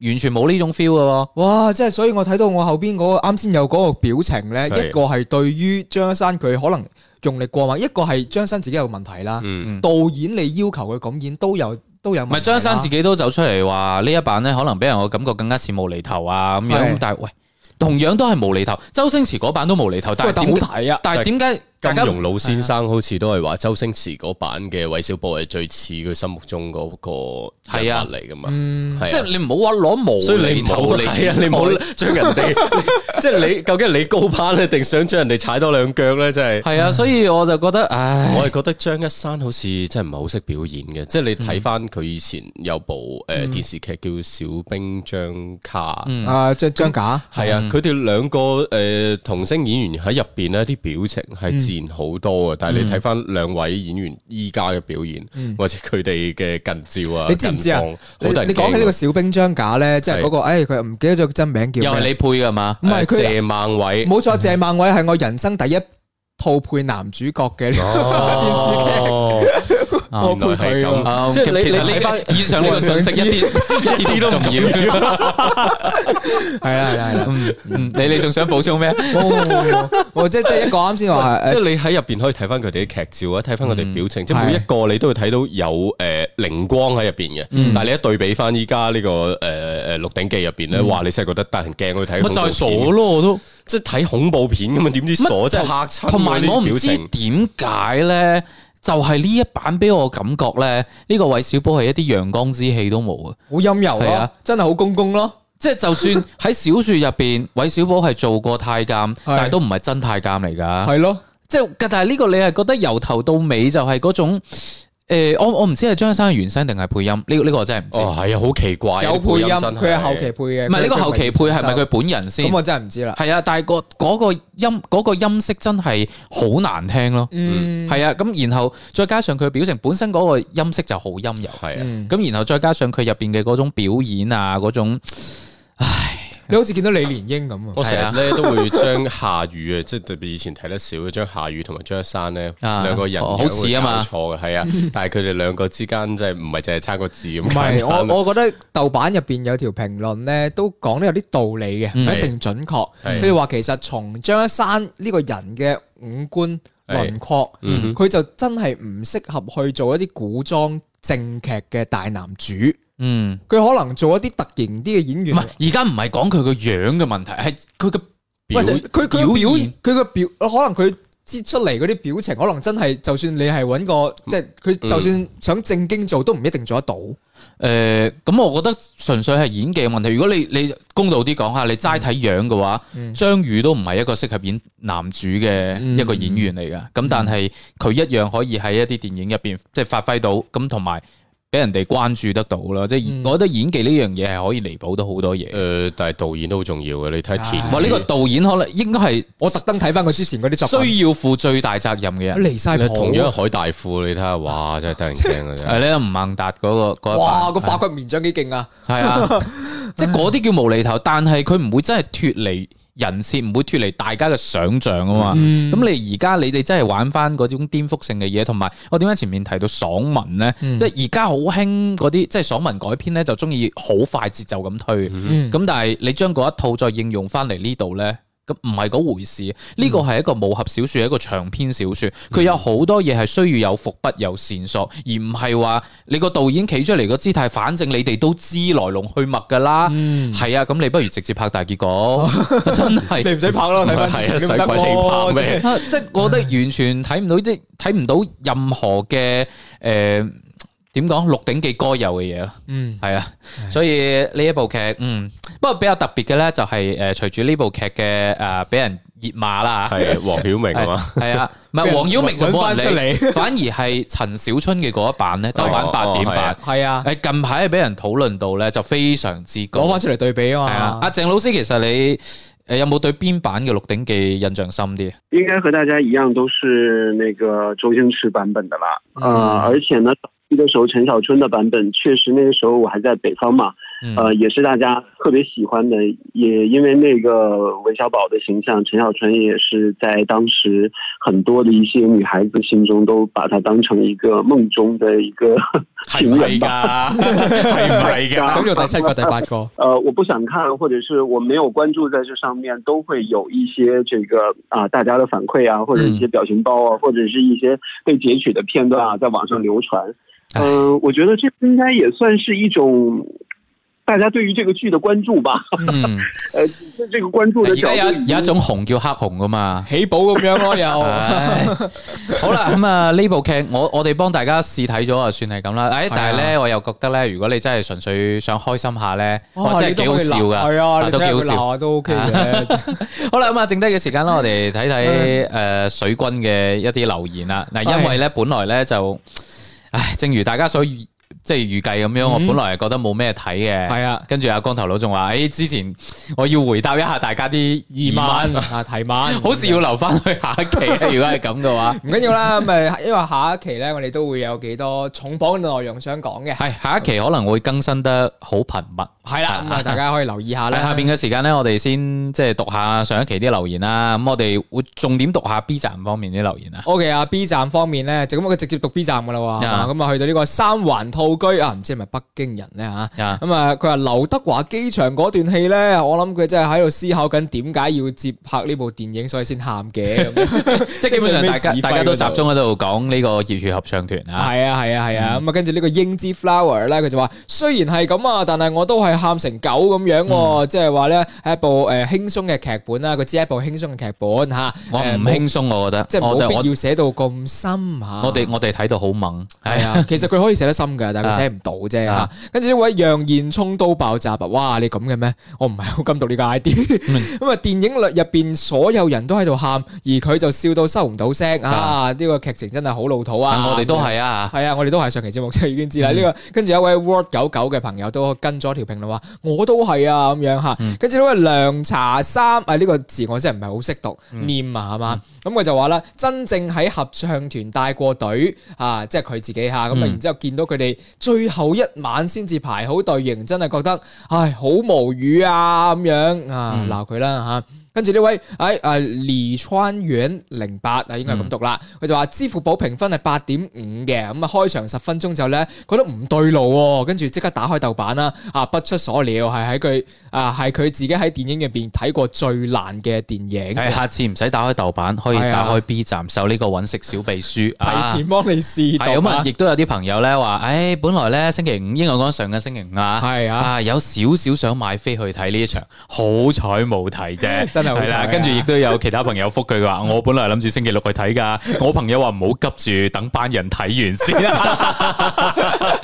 Speaker 3: 完全冇呢種 feel 嘅喎。
Speaker 4: 哇！即係啊所以我睇到我後邊嗰個啱先有嗰個表情咧，
Speaker 6: 係
Speaker 4: 一個係對於張生佢可能用力過猛，一個係張生自己有問題啦。
Speaker 6: 嗯
Speaker 4: 導演你要求佢咁演都有都有問
Speaker 3: 唔
Speaker 4: 題
Speaker 3: 係
Speaker 4: 啦
Speaker 3: 張生自己都走出嚟話呢一版咧，可能俾人個感覺更加似無厘頭啊咁樣
Speaker 4: 係，
Speaker 3: 但係喂，同樣都係無厘頭，周星馳嗰版都無厘頭，但
Speaker 4: 喂
Speaker 3: 係
Speaker 4: 但
Speaker 3: 點
Speaker 4: 好
Speaker 3: 解
Speaker 4: 睇啊！
Speaker 3: 但係點解大
Speaker 6: 金
Speaker 3: 家
Speaker 6: 庸老先生好似都係啊話周星馳嗰版嘅韋小寶係最似佢心目中嗰個人物嚟噶嘛，係啊
Speaker 3: 即係你唔好話攞無
Speaker 6: 所以
Speaker 3: 厘
Speaker 6: 你唔好
Speaker 3: 頭嚟
Speaker 6: 係啊！你唔好將人 哋，即係你究竟係你高攀咧，定想將人哋踩多兩腳咧？真係，
Speaker 3: 係啊，所以我就覺得，唉，
Speaker 6: 嗯我係覺得張一山好似真係唔係好識表演嘅，即係你睇翻佢以前有部誒電視劇叫《小兵張卡》。
Speaker 4: 啊張張假
Speaker 6: 係啊，佢哋兩個誒、呃童星演員喺入邊咧，啲表情係自然好多嘅。但係你睇翻兩位演員依家嘅表現，或者佢哋嘅近照啊，
Speaker 4: 你知唔知啊
Speaker 6: 近況
Speaker 4: 你
Speaker 6: 好得人
Speaker 4: 你講起呢
Speaker 6: 驚
Speaker 4: 個
Speaker 6: 啊
Speaker 4: 小兵張假咧，即係嗰個，誒佢唔記得咗個真名
Speaker 3: 又
Speaker 4: 叫
Speaker 3: 係
Speaker 4: 咩？
Speaker 3: 你配噶嘛？
Speaker 4: 唔係
Speaker 6: 誒
Speaker 4: 佢
Speaker 6: 呃謝孟偉，
Speaker 4: 冇錯，謝孟偉係我人生第一套配男主角嘅呢個電視劇。
Speaker 6: 哦，
Speaker 4: 我配
Speaker 6: 原
Speaker 4: 佢
Speaker 6: 來係咁
Speaker 4: 啊！
Speaker 3: 啊
Speaker 6: 即係
Speaker 3: 其
Speaker 6: 你
Speaker 3: 其實
Speaker 6: 你
Speaker 3: 呢
Speaker 6: 睇 返
Speaker 3: 個以上呢個信息一 啲一啲都唔重要。
Speaker 4: 係啦係啦係啦，
Speaker 3: 啊嗯你你仲想補 充咩？
Speaker 4: 冇冇冇
Speaker 6: 哦
Speaker 4: 冇，我哦即即係一個啱先話
Speaker 3: 呃
Speaker 6: 即
Speaker 4: 誒，
Speaker 6: 係你喺入邊可以睇翻佢哋啲劇照啊，睇翻佢哋
Speaker 3: 嗯
Speaker 6: 表情，即係
Speaker 4: 係
Speaker 6: 每一個你都會睇到有誒靈光喺入邊嘅。
Speaker 3: 嗯
Speaker 6: 但係你一對比翻依家呢個誒誒《鹿鼎記》入邊咧，哇！你真係覺得得人驚，我 睇
Speaker 3: 嗯咪
Speaker 6: 恐
Speaker 3: 就係傻
Speaker 6: 怖片
Speaker 3: 咯，我都。
Speaker 6: 即係睇恐怖片咁啊，點知傻
Speaker 3: 乜
Speaker 6: 真係嚇親
Speaker 3: 同埋
Speaker 6: 嗰啲
Speaker 3: 我唔
Speaker 6: 表
Speaker 3: 知
Speaker 6: 情
Speaker 3: 點解咧，就係呢一版俾我感覺咧，呢個韋小寶係一啲陽光之氣都冇啊！
Speaker 4: 好陰柔
Speaker 3: 係啊
Speaker 4: 咯，真係好公公咯。
Speaker 3: 即係就算喺小說入邊， 韋小寶係做過太監，但係都唔係真太監嚟㗎。
Speaker 4: 係咯，
Speaker 3: 即係，但係呢個你係覺得由頭到尾就係嗰種。誒、我我唔知係張生嘅原聲定係配音，呢、個呢、個我真係唔知。
Speaker 6: 哦，係啊，好奇怪啊，
Speaker 4: 有配
Speaker 6: 啲
Speaker 4: 音，
Speaker 6: 真
Speaker 4: 佢係後期配嘅。
Speaker 3: 唔係呢個後期配係咪佢本人先
Speaker 4: 咁？我真係唔知啦。
Speaker 3: 係啊，但係個嗰個音嗰個音色真係好難聽咯。
Speaker 4: 嗯，
Speaker 3: 係啊，咁然後再加上佢嘅表情本身嗰個音色就好陰柔，
Speaker 6: 係啊，
Speaker 4: 嗯
Speaker 3: 咁然後再加上佢入邊嘅嗰種表演啊，嗰種
Speaker 4: 你好似見到李連英咁啊。
Speaker 6: 我成
Speaker 3: 係啊
Speaker 6: 日咧都會將夏雨啊，即係特別以前睇得少嘅，將夏雨同埋張一山咧
Speaker 3: 啊
Speaker 6: 兩個人
Speaker 3: 哦好似啊嘛
Speaker 6: 錯嘅係啊，但係佢哋兩個之間即係唔係淨係差個字咁
Speaker 4: 唔係，
Speaker 6: 簡單
Speaker 4: 我我覺得豆瓣入邊有條評論咧，都講得有啲道理嘅，
Speaker 3: 嗯
Speaker 4: 唔一定準確。
Speaker 6: 係
Speaker 4: 譬如話，其實從張一山呢個人嘅五官
Speaker 6: 係
Speaker 4: 輪廓，
Speaker 6: 嗯哼
Speaker 4: 佢就真係唔適合去做一啲古裝正劇嘅大男主。
Speaker 3: 嗯，
Speaker 4: 佢可能做一啲突然啲嘅演
Speaker 3: 唔
Speaker 4: 員，
Speaker 3: 係而家唔係講佢個樣嘅問題，係佢嘅
Speaker 4: 喂佢佢嘅
Speaker 3: 表
Speaker 4: 表
Speaker 3: 現
Speaker 4: 佢嘅表，可能佢擠出嚟嗰啲表情，可能真係就算你係揾
Speaker 3: 嗯
Speaker 4: 個，即係佢就算想正經做，都唔一定做得到。
Speaker 3: 诶，呃咁、我覺得純粹係演技嘅問題。如果你你公道啲講下，你齋睇樣嘅話，
Speaker 4: 嗯
Speaker 3: 張宇都唔係一個適合演男主嘅一個演員嚟嘅。咁、但係佢一樣可以喺一啲電影入边即係發揮到，咁同埋俾人哋關注得到啦。即係
Speaker 4: 嗯呃
Speaker 3: 我覺得演技呢樣嘢係可以彌補到好多嘢。
Speaker 6: 诶，呃但係導演都好重要嘅，你睇田
Speaker 4: 啊
Speaker 3: 哇！呢個導演可能應該係
Speaker 4: 我特登睇翻佢之前嗰啲作品，
Speaker 3: 需要負最大責任嘅人。
Speaker 4: 離晒
Speaker 6: 你
Speaker 4: 譜啊
Speaker 6: 同樣海大富，你睇下，哇，真係得人驚啊！真 係
Speaker 3: 係咧，吳孟達嗰個嗰一
Speaker 4: 哇，個
Speaker 3: 版
Speaker 4: 法國面長幾勁啊！
Speaker 3: 系啊，即系嗰啲叫無厘頭，但係佢唔會真係脱離人設，唔會脱離大家嘅想像啊嘛。咁、你而家你哋真係玩翻嗰種顛覆性嘅嘢，同埋我點解前面提到爽文咧？即係而家好興嗰啲即係爽文改編咧，就中意好快節奏咁推。咁、
Speaker 4: 嗯
Speaker 3: 但係你將嗰一套再應用翻嚟呢度咧？咁唔係嗰回事，
Speaker 4: 嗯
Speaker 3: 呢個係一個武俠小說，一個長篇小說，佢有好多嘢係需要有伏筆、有線索，而唔係話你個導演企出嚟個姿態，反正你哋都知來龍去脈㗎啦。係啊，咁你不如直接拍大結果， 真
Speaker 4: 嗯哦 你
Speaker 3: 係。
Speaker 4: 唔使拍啦，睇翻之前
Speaker 6: 係
Speaker 4: 都
Speaker 6: 啊
Speaker 4: 唔哦得
Speaker 6: 使鬼你拍咩
Speaker 4: 喎。
Speaker 3: 啊即係我 覺得完全睇唔到，即係睇唔到任何嘅誒點講《鹿鼎記》該有嘅嘢咯。
Speaker 4: 嗯，
Speaker 3: 係啊，所以呢一部劇，嗯，不過比較特別嘅咧，就係誒隨住呢部劇嘅誒俾人熱罵啦嚇。
Speaker 6: 係黃曉明啊嘛，
Speaker 3: 系啊，唔系
Speaker 4: 俾人
Speaker 3: 黄晓明就冇
Speaker 4: 搵
Speaker 3: 人
Speaker 4: 返
Speaker 3: 理
Speaker 4: 出，
Speaker 3: 反而係陳小春嘅嗰一版咧，都玩
Speaker 6: 哦
Speaker 3: 八點
Speaker 6: 係
Speaker 3: 八
Speaker 6: 啊。
Speaker 4: 係啊，
Speaker 3: 诶，近排俾人討論到咧，就非常之高。
Speaker 4: 攞翻出嚟對比啊
Speaker 3: 係啊，阿
Speaker 4: 嘛。
Speaker 3: 鄭老師，其實你诶有冇對邊版嘅《鹿鼎記》印象深啲？啊
Speaker 5: 应该和大家一样都是那个周星驰版本的啦。呃，而且呢，早期的时候陈小春的版本确实那个时候我还在北方嘛，
Speaker 3: 嗯
Speaker 5: 呃，也是大家特别喜欢的，也因为那个韦小宝的形象，陈小春也是在当时很多的一些女孩子心中都把他当成一个梦中的一个
Speaker 6: 係唔
Speaker 5: 情人
Speaker 6: 係
Speaker 5: 吧。
Speaker 6: 㗎？係唔係
Speaker 3: 啊
Speaker 6: 㗎？
Speaker 4: 想做第七個、第八個，
Speaker 5: 呃，我不想看，或者是我没有关注在这上面，都会有一些这个啊、大家的反馈啊，或者一些表情包啊，或者是一些被截取的片段啊，在网上流传。嗯、我觉得这应该也算是一种大家对于这个剧的关注吧。
Speaker 3: 嗯，
Speaker 5: 呃，这这个关注
Speaker 3: 而
Speaker 5: 的角
Speaker 3: 家有
Speaker 5: 度已
Speaker 3: 有一
Speaker 5: 经
Speaker 3: 種紅叫黑紅噶嘛。
Speaker 4: 起寶咁樣咯又。
Speaker 3: 唉好啦，咁啊呢部劇我我哋幫大家試睇咗啊，算係咁啦。诶，但係咧，我又覺得咧，如果你真係純粹想開心下咧，
Speaker 4: 哦
Speaker 3: 哇，真係幾好笑㗎，
Speaker 4: 系啊，
Speaker 3: 啊
Speaker 4: 你
Speaker 3: 都
Speaker 4: 睇
Speaker 3: 幾好笑。
Speaker 4: 下佢鬧下都 OK 嘅。
Speaker 3: 好啦，咁啊，剩低嘅時間啦，我哋睇睇诶水軍嘅一啲留言啦。嗱，因為咧本來咧就，唉，正如大家所預即係預計咁樣，我本來係覺得冇咩睇嘅。
Speaker 4: 嗯係啊
Speaker 3: 跟住阿光頭佬仲話：，诶，之前我要回答一下大家啲疑
Speaker 4: 疑
Speaker 3: 問，
Speaker 4: 問啊，提問，
Speaker 3: 好似要留翻去下一期 啊。如果係咁嘅話，
Speaker 4: 唔緊要啦。咁誒，因為下一期咧，我哋都會有幾多重磅嘅內容想講嘅。啊
Speaker 3: 係下一期可能會更新得好頻密。
Speaker 4: 係啦，咁啊，大家可以留意下
Speaker 3: 好啦，
Speaker 4: 啦。
Speaker 3: 下边嘅時間咧，我哋先即係讀下上一期啲留言啦。咁我哋會重點讀下 B 站方面啲留言啊。
Speaker 4: O.K. 啊，B 站方面咧，就咁啊佢直接讀 B 站噶啦喎，
Speaker 3: 啊
Speaker 4: 咁啊去到呢個三環套居啊，唔知係咪北京人咧吓，
Speaker 3: 啊
Speaker 4: 咁啊佢話劉德華機場嗰段戲咧，我諗佢真係喺度思考緊點解要接拍呢部電影，所以先喊嘅咁。
Speaker 3: 即係基本上大
Speaker 4: 最尾指
Speaker 3: 家
Speaker 4: 揮
Speaker 3: 大家都集
Speaker 4: 嗰度
Speaker 3: 中喺度講呢個熱血合唱團啊。
Speaker 4: 係啊係啊係啊，咁啊跟住呢個英之 flower 咧，佢就話雖然係咁啊，但係我都係喊成狗咁樣
Speaker 3: 嗯
Speaker 4: 喎，即係話咧係一部誒輕鬆嘅劇本啦，佢只係一部輕鬆嘅劇本嚇，
Speaker 3: 我唔
Speaker 4: 誒冇
Speaker 3: 輕鬆，我覺得。
Speaker 4: 即係
Speaker 3: 我哋
Speaker 4: 冇必
Speaker 3: 我
Speaker 4: 要寫到咁深嚇。
Speaker 3: 我哋我哋睇到好猛，
Speaker 4: 系
Speaker 3: 係啊。
Speaker 4: 啊，其實佢可以寫得深㗎，但係佢寫唔到啫吓
Speaker 3: 啊。
Speaker 4: 跟住呢位楊言衝刀爆炸啊！哇，你咁嘅咩？我唔係好感到呢個 ID。咁
Speaker 3: 嗯
Speaker 4: 啊，電影裏入边所有人都喺度喊，而佢就笑到收唔到聲啊！呢個劇情真係好老土
Speaker 3: 但
Speaker 4: 啊！
Speaker 3: 我哋都係啊。嗯
Speaker 4: 系啊，我哋都係上期節目就已經知啦。呢、個跟住有一位 Word 九九嘅朋友都跟咗條評論話，我都係啊咁樣吓。
Speaker 3: 嗯
Speaker 4: 跟住呢位涼茶三啊，呢、個字我真係唔係好識讀，
Speaker 3: 嗯
Speaker 4: 念啊係嘛。咁佢就話啦，真正喺合唱團帶過隊啊，即係佢自己吓。咁
Speaker 3: 嗯
Speaker 4: 啊，然之後見到佢哋最後一晚先至排好隊形，真係覺得唉好無語啊咁樣啊，
Speaker 3: 嗯
Speaker 4: 鬧佢啦吓。跟住呢位喺啊黎川遠零八啊，
Speaker 3: 嗯
Speaker 4: 應該係咁讀啦。佢、就話支付寶評分係八點五嘅，咁啊開場十分鐘之後咧，覺得唔對路喎、跟住即刻打開豆瓣啦。啊，不出所料係喺佢啊係佢自己喺電影入邊睇過最爛嘅電影。
Speaker 3: 係下次唔使打開豆瓣，可以
Speaker 4: 啊係啊
Speaker 3: 打開 B 站搜呢個揾食小秘書啊。
Speaker 4: 提前幫你試
Speaker 3: 係
Speaker 4: 讀
Speaker 3: 咁啊
Speaker 4: 啊！！
Speaker 3: 亦都有啲朋友咧話，唉，本來咧星期五應該講上嘅星期五啊，
Speaker 4: 係啊
Speaker 3: 有少少想買飛去睇呢一場，好彩冇睇啫。
Speaker 4: 真係好啊
Speaker 3: 係啦，
Speaker 4: 慘㗎
Speaker 3: 跟住亦都有其他朋友覆佢佢話：我本來諗住星期六去睇㗎，我朋友話唔好急住，等班人睇完先。啊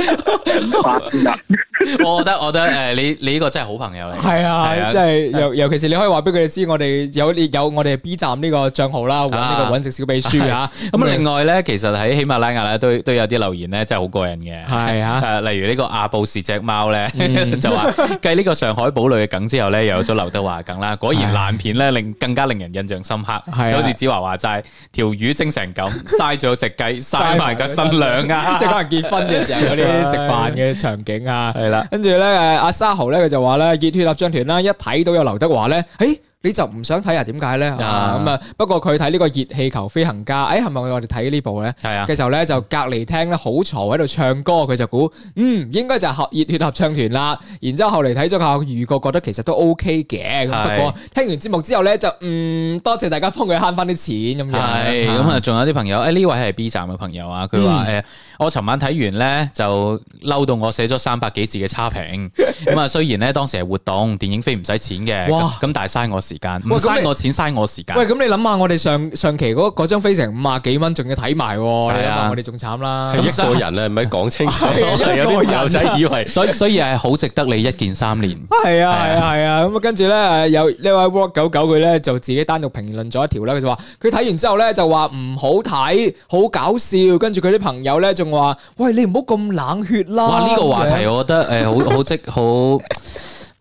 Speaker 3: 我覺得，我覺得诶，誒你你呢個真係好朋友嚟。
Speaker 4: 係
Speaker 3: 係
Speaker 4: 啊，
Speaker 3: 啊
Speaker 4: 即係尤尤其是你可以話俾佢哋知，我哋有有我哋 B 站呢個帳號啦，揾呢
Speaker 3: 啊
Speaker 4: 個揾食小秘書
Speaker 3: 係
Speaker 4: 啊
Speaker 3: 啊。 咁啊，另外咧，其實喺喜馬拉雅咧，都都有啲留言咧，真係好過癮嘅。
Speaker 4: 係啊嗯
Speaker 3: 誒，例如呢個阿布是只貓咧， 就話繼呢個上海堡壘嘅梗之後咧，又有咗劉德華梗啦。果然爛片咧，令更加令人印象深刻。
Speaker 4: 啊係啊
Speaker 3: 就好似子華話齋，條魚蒸成咁， 嘥咗只 雞，嘥埋個新娘啊！
Speaker 4: 即係可能結婚嘅時候嗰啲食飯嘅場景啊。
Speaker 3: 係啦
Speaker 4: 跟住咧，誒阿沙豪咧，佢就話咧熱血立張團啦，一睇到有劉德華咧，誒。你就唔想睇啊？點解咧？啊咁啊！不過佢睇呢個熱氣球飛行家，哎誒係咪我哋睇呢部咧？
Speaker 3: 係啊
Speaker 4: 嘅時候咧，就隔離廳咧好嘈喺度唱歌，佢就估嗯應該就係合熱血合唱團啦。然之後後嚟睇咗下預告，覺得其實都 OK 嘅。咁
Speaker 3: 係
Speaker 4: 不過聽完節目之後咧，就嗯多謝大家幫佢慳翻啲錢咁樣。
Speaker 3: 係咁啊，仲有啲朋友，誒呢位係 B 站嘅朋友啊，佢話
Speaker 4: 嗯
Speaker 3: 誒我尋晚睇完咧就嬲到我寫咗三百幾字嘅差評， 咁啊雖然咧當時係活動，電影飛唔使錢嘅，
Speaker 4: 哇
Speaker 3: 咁咁但係嘥我時間，
Speaker 4: 喂
Speaker 3: 唔
Speaker 4: 咁你
Speaker 3: 嘥我錢嘥我時間
Speaker 4: 喂，。咁你諗下，我哋上上期嗰嗰張飛成五啊幾蚊，仲要睇埋喎，你諗
Speaker 3: 係
Speaker 4: 下
Speaker 3: 啊
Speaker 4: 我哋仲慘啦。
Speaker 6: 係一個人啊咧，唔係啊講清楚，
Speaker 4: 係
Speaker 6: 有啲朋友仔以為
Speaker 3: 所以所以係好值得你一鍵三連，
Speaker 4: 係啊係啊係啊，咁啊跟住咧誒有呢位 Rock 九九佢咧就自己單獨評論咗一條啦，佢就話佢睇完之後咧就話唔好睇，好搞笑，跟住佢啲朋友咧仲話：喂，你唔好咁冷血啦！
Speaker 3: 哇！呢個話
Speaker 4: 咁
Speaker 3: 題
Speaker 4: 樣
Speaker 3: 我覺得誒好好 即好。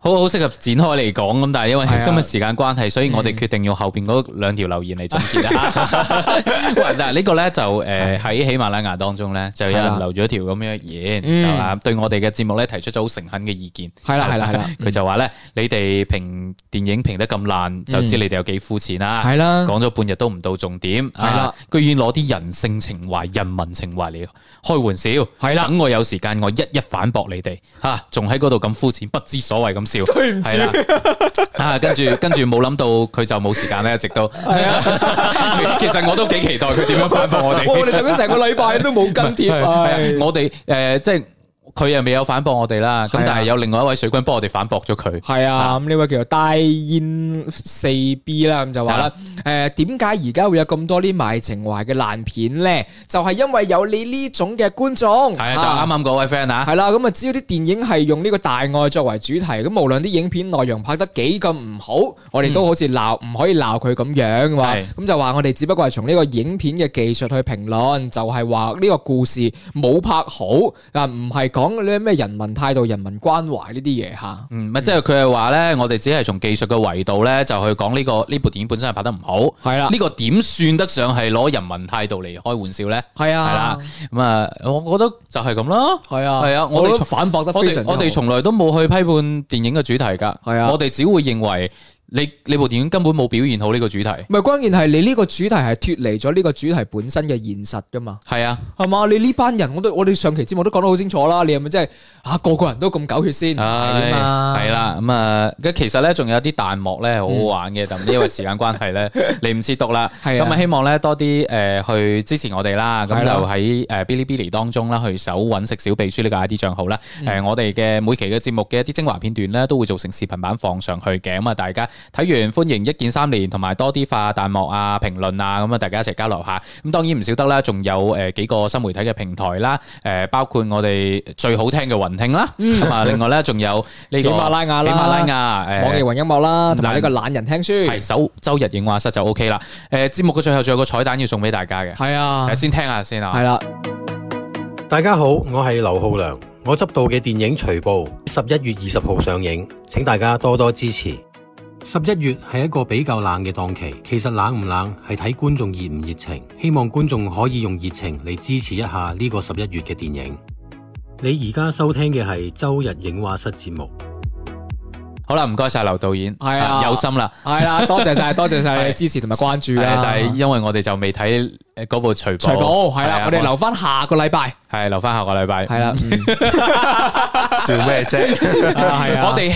Speaker 3: 好好適合展開嚟講咁，但係因為
Speaker 4: 係啊啊
Speaker 3: 今日時間關係，所以我哋決定用後邊嗰兩條留言嚟總結 啦。喂，嗱呢個咧就誒
Speaker 4: 啊
Speaker 3: 喺喜馬拉雅當中咧，就有
Speaker 4: 係啦
Speaker 3: 人留咗條咁樣嘅言，
Speaker 4: 嗯
Speaker 3: 就話對我哋嘅節目咧提出咗好誠懇嘅意見。
Speaker 4: 係啦係啦係啦，
Speaker 3: 佢就話咧，你哋評電影評得咁爛，就知你哋有幾膚淺啊啦。
Speaker 4: 嗯係啦
Speaker 3: 講咗半日都唔到重點，係
Speaker 4: 係啦，
Speaker 3: 居然攞啲人性情懷、人民情懷嚟開玩笑，係啦，等我有時間我一一反駁你哋，吓仲喺嗰度咁膚淺，不知所謂咁笑，對唔住，啊，跟住跟住冇諗到佢就冇時間咧，直到， 其實我都幾期待佢點樣反駁啊我哋，
Speaker 4: 哇 我哋等咗成個禮拜都冇跟貼啊！
Speaker 3: 係我哋诶即係佢又未有反駁我哋啦，咁
Speaker 4: 係啊
Speaker 3: 但係有另外一位水軍幫我哋反駁咗佢。
Speaker 4: 係啊，咁呢位叫做大燕四 B 啦，咁就話啦，誒點解而家會有咁多啲賣情懷嘅爛片咧？就係因為有你呢種嘅觀眾，
Speaker 3: 系啊，就啱啱嗰位 friend 啊，
Speaker 4: 係啦，咁啊，只要啲電影係用呢個大愛作為主題，咁無論啲影片內容拍得幾咁唔好，我哋都好似鬧唔可以鬧佢咁樣話，
Speaker 3: 係
Speaker 4: 咁就話我哋只不過係從呢個影片嘅技術去評論，就係話呢個故事冇拍好啊，唔係講呢啲咩人民態度、人民關懷呢啲嘢吓。
Speaker 3: 嗯，咪即係佢係話咧，我哋只係從技術嘅維度咧，就去講呢個呢部電影本身係拍得唔好，
Speaker 4: 係啦
Speaker 3: 呢個點算得上係攞人民態度嚟開玩笑咧？
Speaker 4: 係
Speaker 3: 係
Speaker 4: 啊
Speaker 3: 啦，，咁啊，我覺得就係咁啦。
Speaker 4: 係啊，
Speaker 3: 係啊我
Speaker 4: 我
Speaker 3: 哋
Speaker 4: 哋
Speaker 3: 從
Speaker 4: 反駁得
Speaker 3: 我
Speaker 4: 非常
Speaker 3: 哋
Speaker 4: 之
Speaker 3: 我哋
Speaker 4: 好
Speaker 3: 從來都冇去批判電影嘅主題㗎，
Speaker 4: 係啊
Speaker 3: 我哋只會認為你你部電影根本冇表現好呢個主題，
Speaker 4: 唔係關鍵係你呢個主題係脱離咗呢個主題本身嘅現實噶嘛。
Speaker 3: 係啊，
Speaker 4: 係嘛？你呢班人，我都我哋上期節目都講得好清楚啦。你係咪真係啊個個人都咁狗血先？
Speaker 3: 唉
Speaker 4: 係嘛
Speaker 3: 係，啦，咁啊，咁其實咧仲有啲彈幕咧好好玩 嘅，但因為時間關係咧嚟唔切讀啦。
Speaker 4: 係啊
Speaker 3: 咁啊，希望咧多啲誒去支持我哋啦。咁
Speaker 4: 係
Speaker 3: 就
Speaker 4: 啦
Speaker 3: 喺呃誒 Bilibili 當中啦，去搜揾食小秘書呢個 ID 帳號啦。
Speaker 4: 嗯
Speaker 3: 誒，我哋嘅每期嘅節目嘅一啲精華片段咧，都會做成視頻版放上去嘅。咁啊，大家睇完歡迎一鍵三連，同埋多啲發彈幕啊、評論啊，咁啊，大家一齊交流下。咁當然唔少得啦，仲有誒幾個新媒體嘅平台啦，誒包括我哋最好聽嘅雲聽啦，咁啊，另外咧仲有呢個
Speaker 4: 喜馬拉雅啦
Speaker 3: 喜馬拉雅誒
Speaker 4: 網易雲音樂啦，同埋呢個懶人聽
Speaker 3: 係
Speaker 4: 書，
Speaker 3: 首周日影畫室就 OK 啦。誒節目嘅最後仲有個彩蛋要送俾大家嘅，
Speaker 4: 係啊
Speaker 3: 誒，先聽下先啊
Speaker 4: 係。啦，
Speaker 7: 大家好，我係劉浩良，我執導嘅電影《除暴》十一月二十號上映，請大家多多支持。十一月係一個比較冷嘅檔期，其實冷唔冷係睇觀眾熱唔熱情，希望觀眾可以用熱情嚟支持一下呢個十一月嘅電影。你而家收聽嘅係周日影畫室節目。
Speaker 3: 好啦，唔該晒劉導演，
Speaker 4: 係啊
Speaker 3: 有心啦。
Speaker 4: 係啦，多謝晒，多謝晒你嘅
Speaker 3: 係
Speaker 4: 支持同埋關注
Speaker 3: 誒
Speaker 4: 啦。
Speaker 3: 但係因為我哋就未睇誒嗰部除暴，
Speaker 4: 除暴係啦，我哋留翻下個禮拜
Speaker 3: 係留翻下個禮拜。
Speaker 4: 係啦，嗯
Speaker 6: 笑咩啫？
Speaker 4: 啊係啊，
Speaker 3: 我哋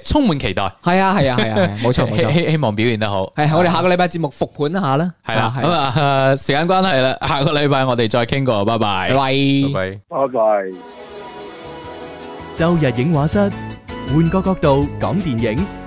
Speaker 3: 誒充滿期待，
Speaker 4: 係啊係啊係啊，係啊冇 錯冇
Speaker 3: 希
Speaker 4: 錯，
Speaker 3: 希希望表現得好。
Speaker 4: 係我哋下個禮拜節目復盤一下啦，
Speaker 3: 係啦，
Speaker 4: 係
Speaker 3: 咁啊，呃時間關係啦，下個禮拜我哋再傾過，拜拜
Speaker 4: 拜。拜。
Speaker 6: 拜拜。
Speaker 5: 拜拜。
Speaker 8: 周日影画室，換個角度講電影。